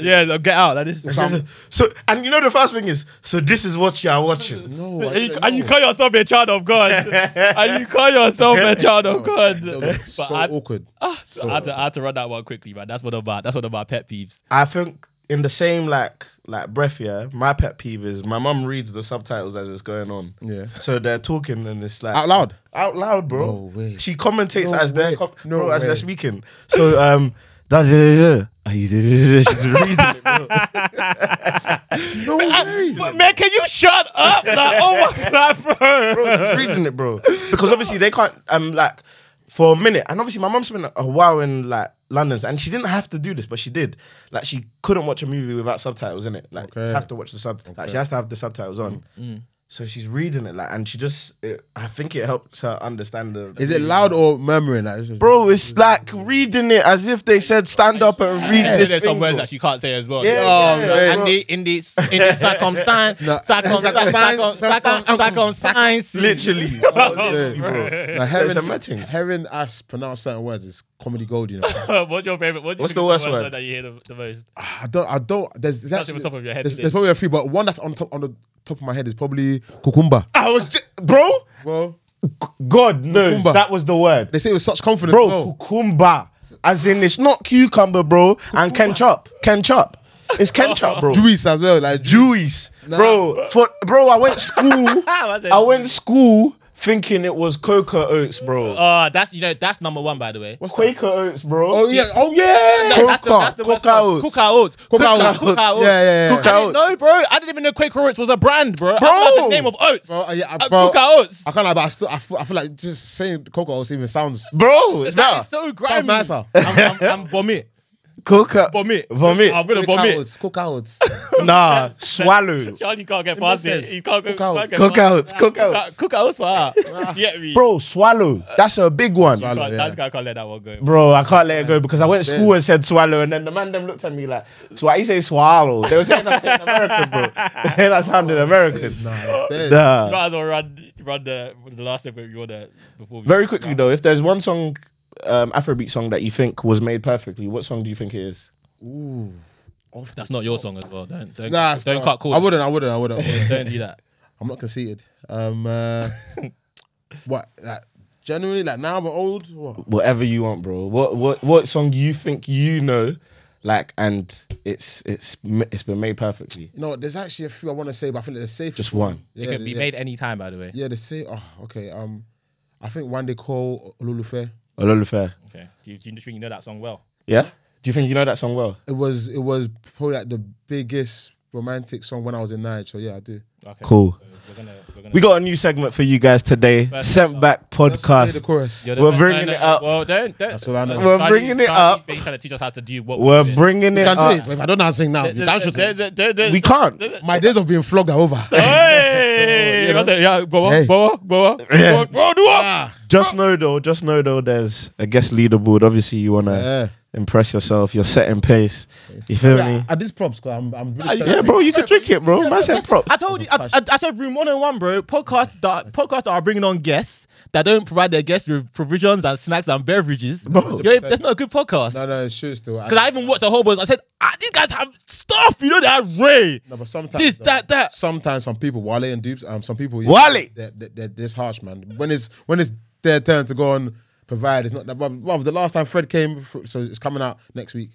S2: yeah, no, get out. Like, this is
S1: So, so- and you know the first thing is, so this is what you are watching.
S3: No, I
S2: and, you,
S3: didn't
S2: and you
S3: know.
S2: call yourself a child of God. and you call yourself a child of God.
S3: That was so
S2: But I,
S3: awkward.
S2: so I, had to, I had to run that one quickly, man. That's one of my that's one of my pet peeves.
S1: I think in the same like like breath, yeah. My pet peeve is my mum reads the subtitles as it's going on.
S3: Yeah.
S1: So they're talking and it's like
S3: Out loud?
S1: out loud, bro.
S3: No way.
S1: She commentates
S3: No
S1: as
S3: way.
S1: they're com-
S3: No
S1: bro, as they're
S3: way.
S1: speaking. So um. da- da- da- da. Ah, you did it, She's reading it, bro.
S3: No way.
S2: But uh, man, can you shut up? Like, oh my god, bro.
S1: She's reading it, bro. Because obviously they can't um like for a minute. And obviously my mum spent a while in like London and she didn't have to do this, but she did. Like she couldn't watch a movie without subtitles in it. Like you
S3: Okay.
S2: Mm,
S1: have to watch the sub like she has to have the subtitles on. So she's reading it like, and she just, it, I think it helps her understand the.
S3: Is it loud or murmuring? Like, it's just-
S1: Bro, it's like reading it as if they said stand up and read
S2: Yeah,
S1: this.
S2: there's some
S1: thing,
S2: words
S1: bro.
S2: that you can't say as well.
S1: Yeah,
S3: Oh, man.
S1: yeah, bro.
S2: And the, in the in the circumstance,
S3: No.
S2: circumstance, circum- circum- circumstance,
S1: literally, bro,
S2: Oh,
S1: literally, bro.
S3: Like
S1: So it's a
S3: hearing,
S1: meeting.
S3: hearing us pronounce certain words is comedy gold, you know.
S2: What's your favorite? What do you
S1: What's
S2: think
S1: the
S2: is
S1: worst word?
S2: that you hear the, the most?
S3: I don't. I don't. There's, there's
S2: That's on
S3: actually,
S2: the top of your head,
S3: There's,
S2: isn't it?
S3: there's probably a few, but one that's on top on the top of my head is probably cucumba.
S1: I was, ju- bro.
S3: Well,
S1: God knows
S3: Cucumber.
S1: that was the word,
S3: they say it with such confidence,
S1: bro.
S3: well.
S1: Cucumber, as in it's not cucumber, bro, and ketchup, ketchup. It's ketchup, bro.
S3: Juice as well, like juice.
S1: Jewies, bro. For bro, I went school.
S2: What's it?
S1: I went school thinking it was coca oats, bro.
S2: Oh, that's you know that's number one by the way.
S1: Quaker oats, bro.
S3: Oh yeah, oh yeah.
S2: That's- that's the- that's the worst
S1: Cookouts.
S2: one. Cookouts. Cookouts.
S3: Cookouts.
S2: Cookouts.
S3: Yeah, yeah, yeah.
S2: I didn't know, bro. I didn't even know Quaker Oats was a brand, bro. I thought that's the name of oats.
S3: Bro, uh, yeah, I-
S2: Uh,
S3: bro,
S2: Cookout Oats.
S3: I can't lie, but I still, I feel, I feel like just saying cocoa oats even sounds.
S1: bro. It's
S2: That
S1: not
S2: is so grimy.
S3: nicer.
S2: I'm, I'm, I'm vomit.
S1: coca.
S2: Vomit.
S1: Vomit.
S2: I'm gonna
S3: Cocoa
S2: vomit.
S3: oats, cocoa oats.
S1: Nah, swallow.
S2: Charlie can't get past
S3: makes
S2: it.
S3: sense.
S2: He can't go.
S3: Cookouts.
S2: can't get past-
S1: Cookouts. Cookouts.
S2: Cookouts for her. You Get me,
S1: Bro, swallow. That's a big one.
S3: Swallow.
S2: Can't-
S3: yeah.
S2: That's guy can't let that one go.
S1: Bro, I can't let it go because I went to school and said swallow, and then the man them looked at me like, so why you say swallow? They were saying I'm saying American, bro. They were saying I sounded American.
S3: Nah, it's bad.
S1: Nah.
S2: You might as well run, run the, the last step you want to before we
S1: Very quickly though, if there's one song, um, Afrobeat song that you think was made perfectly, what song do you think it is?
S2: That's not your song as well. Don't don't,
S3: Nah, it's
S2: don't
S3: not-
S2: cut corners.
S3: I wouldn't. I wouldn't. I wouldn't. I wouldn't.
S2: Don't do that.
S3: I'm not conceited. Um, uh, what? Like, genuinely, like now I'm old. What?
S1: Whatever you want, bro. What what what song you think you know, like, and it's it's m- it's been made perfectly.
S3: You know, what, there's actually a few I want to say, but I think they're safe.
S1: Just one.
S3: Yeah,
S2: it could be
S3: yeah.
S2: made any time, by the way.
S3: Yeah, they say. Oh, okay. Um, I think one they call Olulufe.
S1: Ololufe.
S2: Okay. Do you, do you think you know that song well?
S1: Yeah. Do you think you know that song well?
S3: It was. It was probably like the biggest romantic song when I was in Nige. So yeah, I do.
S2: Okay.
S1: Cool.
S2: So we're gonna, we're gonna
S1: We got a new segment for you guys today. Sent back
S3: Let's play the
S1: podcast.
S3: chorus.
S2: You're
S3: Yeah,
S2: the
S1: We're
S2: best-
S1: bringing
S2: no,
S1: it
S2: no,
S1: up.
S2: Well, don't. don't
S3: That's all I know.
S1: We're bringing it up.
S2: He's trying to teach us how to do what
S1: We're
S2: we
S1: bringing it
S3: can do
S1: up.
S3: it. If I don't know how to sing now, you dance with it.
S1: We can't.
S3: My days of being flogged are over.
S2: Hey,
S3: You know?
S2: I said, yeah, go
S3: Hey.
S2: on, go on, go on, go on, go on, do it.
S3: Ah,
S1: Just know though, just know though, there's a guest leaderboard. Obviously, you wanna
S3: Yeah.
S1: impress yourself. You're setting pace. You feel me?
S3: yeah, I did props. 'cause I'm. I'm really
S1: Uh, Yeah, bro, you can drink it, bro. Man said props.
S2: I told you, I, I, I said room one on one, bro. Podcasts that podcasts that are bringing on guests that don't provide their guests with provisions and snacks and beverages.
S1: Bro.
S2: Yo, that's not a good podcast.
S3: No, no, it's true still. I-
S2: Because I even watched a whole bunch. I said, ah, these guys have stuff. You know, they have Ray.
S3: No, but sometimes
S2: This,
S3: though,
S2: that, that.
S3: Sometimes some people, Wale and Dupes, um, some people
S1: Wale!
S3: they're, they're, they're this harsh, man. When it's when it's their turn to go and provide, it's not that. But well, the last time Fred came, fr- so it's coming out next week.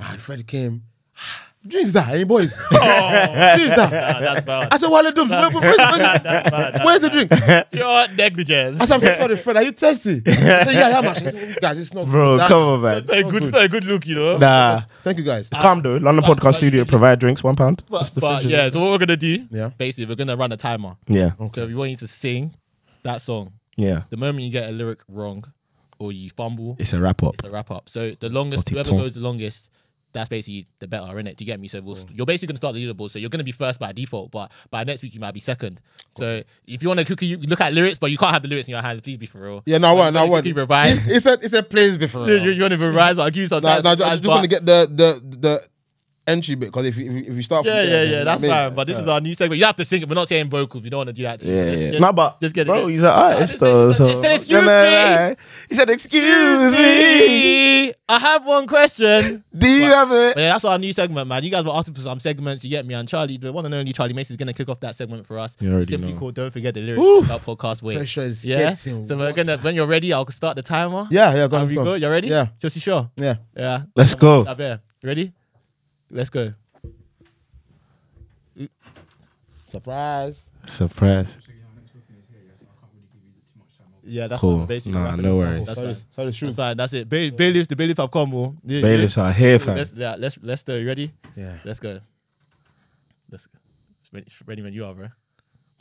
S3: Ah, And Fred came, drinks that, any boys? drinks that.
S2: That's bad.
S3: I said, Wale Dupes, where, where's, where's, where's the drink? I
S2: Pure negligence.
S3: said, I'm so sorry, Fred. Are you thirsty? He said, yeah, yeah, man. She said, "Oh, guys, it's not.
S1: Bro,
S3: that-
S1: come on, man.
S2: Not a good, not a good look, you know.
S1: Nah.
S3: Thank you, guys.
S1: Calm though. London Podcast Studio provide drinks, one pound.
S2: But, but yeah, so what we're gonna do?
S3: Yeah.
S2: Basically, we're gonna run a timer.
S1: Yeah.
S2: So we want you to sing that song.
S1: Yeah.
S2: The moment you get a lyric wrong, or you fumble,
S1: It's a wrap up.
S2: it's a wrap up. So the longest, whoever
S1: ton.
S2: goes the longest, that's basically the better, innit? Do you get me? So we'll,
S1: Mm.
S2: st- you're basically going to start the leaderboard. So you're going to be first by default, but by next week you might be second. So if you want to quickly you look at lyrics, but you can't have the lyrics in your hands, please be for real.
S3: Yeah, no, I won't. No, I
S2: You
S3: won't.
S2: keep reviving.
S3: It's, it's a it's a place before.
S2: You, you, you want to revise, but I'll give you some
S3: No,
S2: time.
S3: no, I
S2: to
S3: just,
S2: revise, but-
S3: want to get the the the entry bit because if you, if you- if you start,
S2: Yeah,
S3: from
S2: yeah,
S3: there,
S2: yeah.
S3: then
S2: That's
S3: I mean,
S2: fine. But this is our new segment. You have to sing it. We're not saying vocals. We don't want to do that. To you.
S1: Yeah,
S2: Just-
S1: yeah.
S2: just-
S1: Nah, but
S2: just get
S1: bro,
S2: it.
S1: he's an artist though.
S2: just-
S1: So
S2: just said, "Excuse
S1: Nah,
S2: me."
S1: He said, "Excuse me."
S2: I have one question.
S1: Do you have
S2: But
S1: it?
S2: yeah, that's our new segment, man. You guys were asking for some segments. You get me? And Charlie, the one and only Charlie Mace is going to kick off that segment for us.
S1: You already
S2: Simply
S1: know.
S2: called Don't Forget the Lyrics. That podcast way.
S3: Pressure is
S2: Yeah.
S3: getting
S2: So we're
S3: worse.
S2: gonna when you're ready, I'll start the timer.
S3: yeah, yeah. Go,
S2: Are
S3: on,
S2: we
S3: go on.
S2: good? You ready?
S3: Yeah,
S2: Just you sure?
S3: yeah.
S2: Yeah.
S1: Let's go.
S2: Up there. Ready? Let's go.
S3: Surprise.
S1: Surprise.
S2: Yeah, that's
S1: Cool.
S2: what basically.
S1: Nah,
S2: wrapping
S1: no
S2: this up.
S1: worries.
S2: That's
S3: Sorry,
S2: fine.
S3: sorry, it's true.
S2: That's fine. That's it. Ba- bailiffs, the bailiff have come. Well, yeah,
S1: Bailiffs are here,
S2: Yeah.
S1: fam.
S2: Let's, yeah, let's let's do. it. You ready?
S3: Yeah.
S2: Let's go. Let's go. Ready, ready when you are, bro.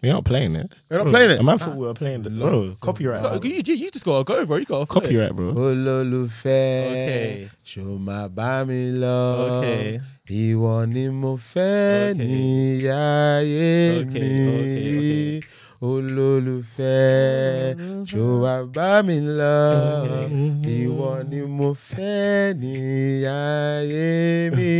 S1: We're not playing it.
S3: We're not playing it.
S1: A man thought we were playing the bro.
S3: Lost.
S1: Copyright.
S2: No, you, you you just gotta go, bro. You gotta flip.
S1: Copyright, bro.
S3: Ololufe,
S2: Okay.
S3: show my bami love.
S2: Okay.
S3: Iwọ ni mo fẹ́
S2: Okay.
S3: ní ayé
S2: Okay, okay,
S3: mi. Olólùfẹ́, ṣó wá bá mi lọ. Ìwọ ni mo fẹ́ ní ayé mi.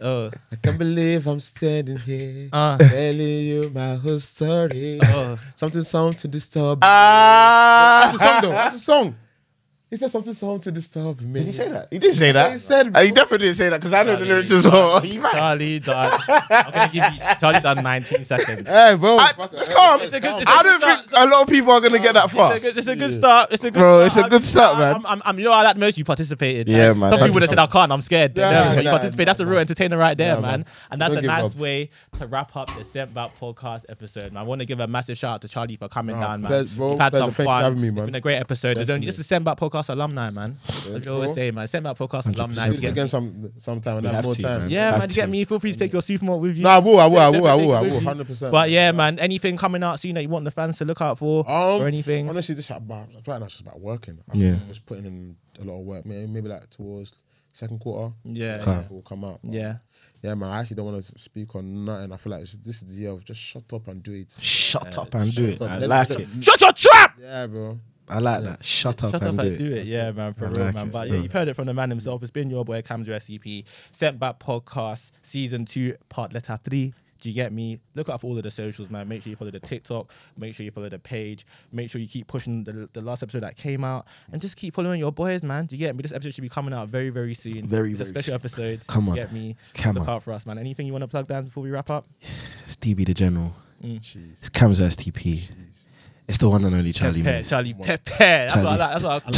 S2: Oh,
S3: I can't believe I'm standing here
S2: Ah.
S3: telling you my whole story.
S2: oh.
S3: Something song to disturb.
S1: Ah.
S3: That's a song though. That's a song. He said something song to disturb me.
S1: Did he say that? He didn't say that.
S3: He said-
S1: Uh, he definitely didn't say that because I know the lyrics as well. He might.
S2: Charlie done. I'm gonna give you Charlie done 19 seconds.
S3: Hey, bro.
S1: I,
S3: fuck it.
S1: it's calm.
S2: It's a good- it's a
S1: I
S2: good
S1: don't think a lot of people are gonna get that
S2: It's
S1: far.
S2: a, good, it's a good start. It's a good
S1: Bro, it's
S2: start.
S1: a good start,
S2: I'm-
S1: man.
S2: I'm, I'm, I'm, you know, I like most you participated.
S1: Yeah,
S2: Like,
S1: man.
S2: Some people would have said, I can't, I'm scared.
S3: Yeah,
S2: Nervous, but you
S3: nah,
S2: participate. That's a
S3: nah,
S2: real entertainer right there,
S3: Yeah,
S2: man.
S3: man.
S2: And that's
S3: Don't
S2: a
S3: give
S2: nice
S3: up.
S2: way to wrap up the Sent Back podcast episode. And I want to give a massive shout out to Charlie for coming
S3: Nah,
S2: down, man.
S3: pleas- bro,
S2: You've had
S3: pleasure.
S2: some
S3: Thank you for
S2: fun.
S3: having me,
S2: It's
S3: man.
S2: been a great episode. There's only, this is Sent Back podcast alumni, man. As you always
S3: bro.
S2: say, man. Sent Back podcast alumni.
S3: Do this
S2: Get-
S3: again some sometime and
S1: We
S3: have
S1: have
S3: more
S1: to,
S3: time.
S1: man.
S2: yeah,
S1: Have
S2: man, you get
S1: to.
S2: me. Feel free to take your sophomore with you.
S3: No, I will, I will, I will, I will, I
S2: Definitely take it
S3: will,
S2: with you.
S3: hundred percent.
S2: But yeah, man, anything coming out soon that you want the fans to look out for
S3: um,
S2: or anything?
S3: Honestly, this about right now it's just about working. I'm
S1: Yeah.
S3: just putting in a lot of work. Maybe, maybe like towards second quarter.
S2: Yeah,
S3: second quarter will come out. But
S2: Yeah.
S3: yeah, man. I actually don't want to speak on nothing. I feel like this, this is the year of just shut up and do it.
S1: Shut up and do it.
S3: up.
S1: I
S3: Let-
S1: like
S3: let-
S1: it.
S2: Shut your trap!
S3: Yeah, bro.
S1: I like that. Shut up
S2: Shut up
S1: and
S2: and
S1: do it.
S2: do it. Yeah, man, for
S1: I
S2: real,
S1: like
S2: man.
S1: it,
S2: But
S1: bro.
S2: yeah, you've heard it from the man himself. It's been your boy, Camjo SCP. Sent Back Podcast, Season 2, Part Letter 3. Do you get me? Look out for all of the socials, man. Make sure you follow the TikTok. Make sure you follow the page. Make sure you keep pushing the, the last episode that came out. And just keep following your boys, man. Do you get me? This episode should be coming out very, very soon.
S1: Very,
S2: It's a
S1: very
S2: special episode.
S1: Come on.
S2: Do you Get me?
S1: Come
S2: Look
S1: on.
S2: out for us, man. Anything you want to plug down before we wrap up?
S1: Stevie the General.
S3: Jeez.
S1: It's Cam's STP. It's the one and only Charlie.
S2: Pepe,
S1: Mays.
S2: Charlie Pepe. That's what I
S1: Charlie.
S2: like. That's what I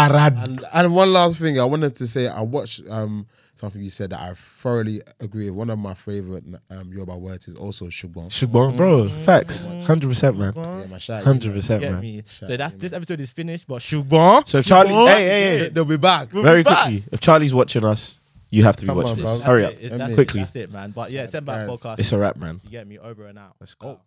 S1: Charlie Atarad.
S3: And, and one last thing, I wanted to say, I watched um something you said that I thoroughly agree with. One of my favorite um Yoruba words is also shugbon.
S1: Shugborn, bro. Facts. 100%, man.
S3: Yeah, my shout.
S1: 100%,
S2: get
S1: man.
S2: me. So that's this episode is finished, but Shugbon.
S1: So if Charlie, hey, hey, hey.
S3: Oh, They'll be back.
S1: Very
S2: back.
S1: quickly, if Charlie's watching us, you have to be
S3: Come on,
S1: watching
S3: bro.
S1: this. Hurry
S2: That's
S1: up.
S2: it, it's-
S3: Let
S2: that's
S3: me-
S2: it,
S1: Quickly.
S2: That's it, man. But yeah, send back
S3: Guys.
S2: podcast.
S1: It's a wrap, man.
S2: you get me over and out.
S1: Let's go.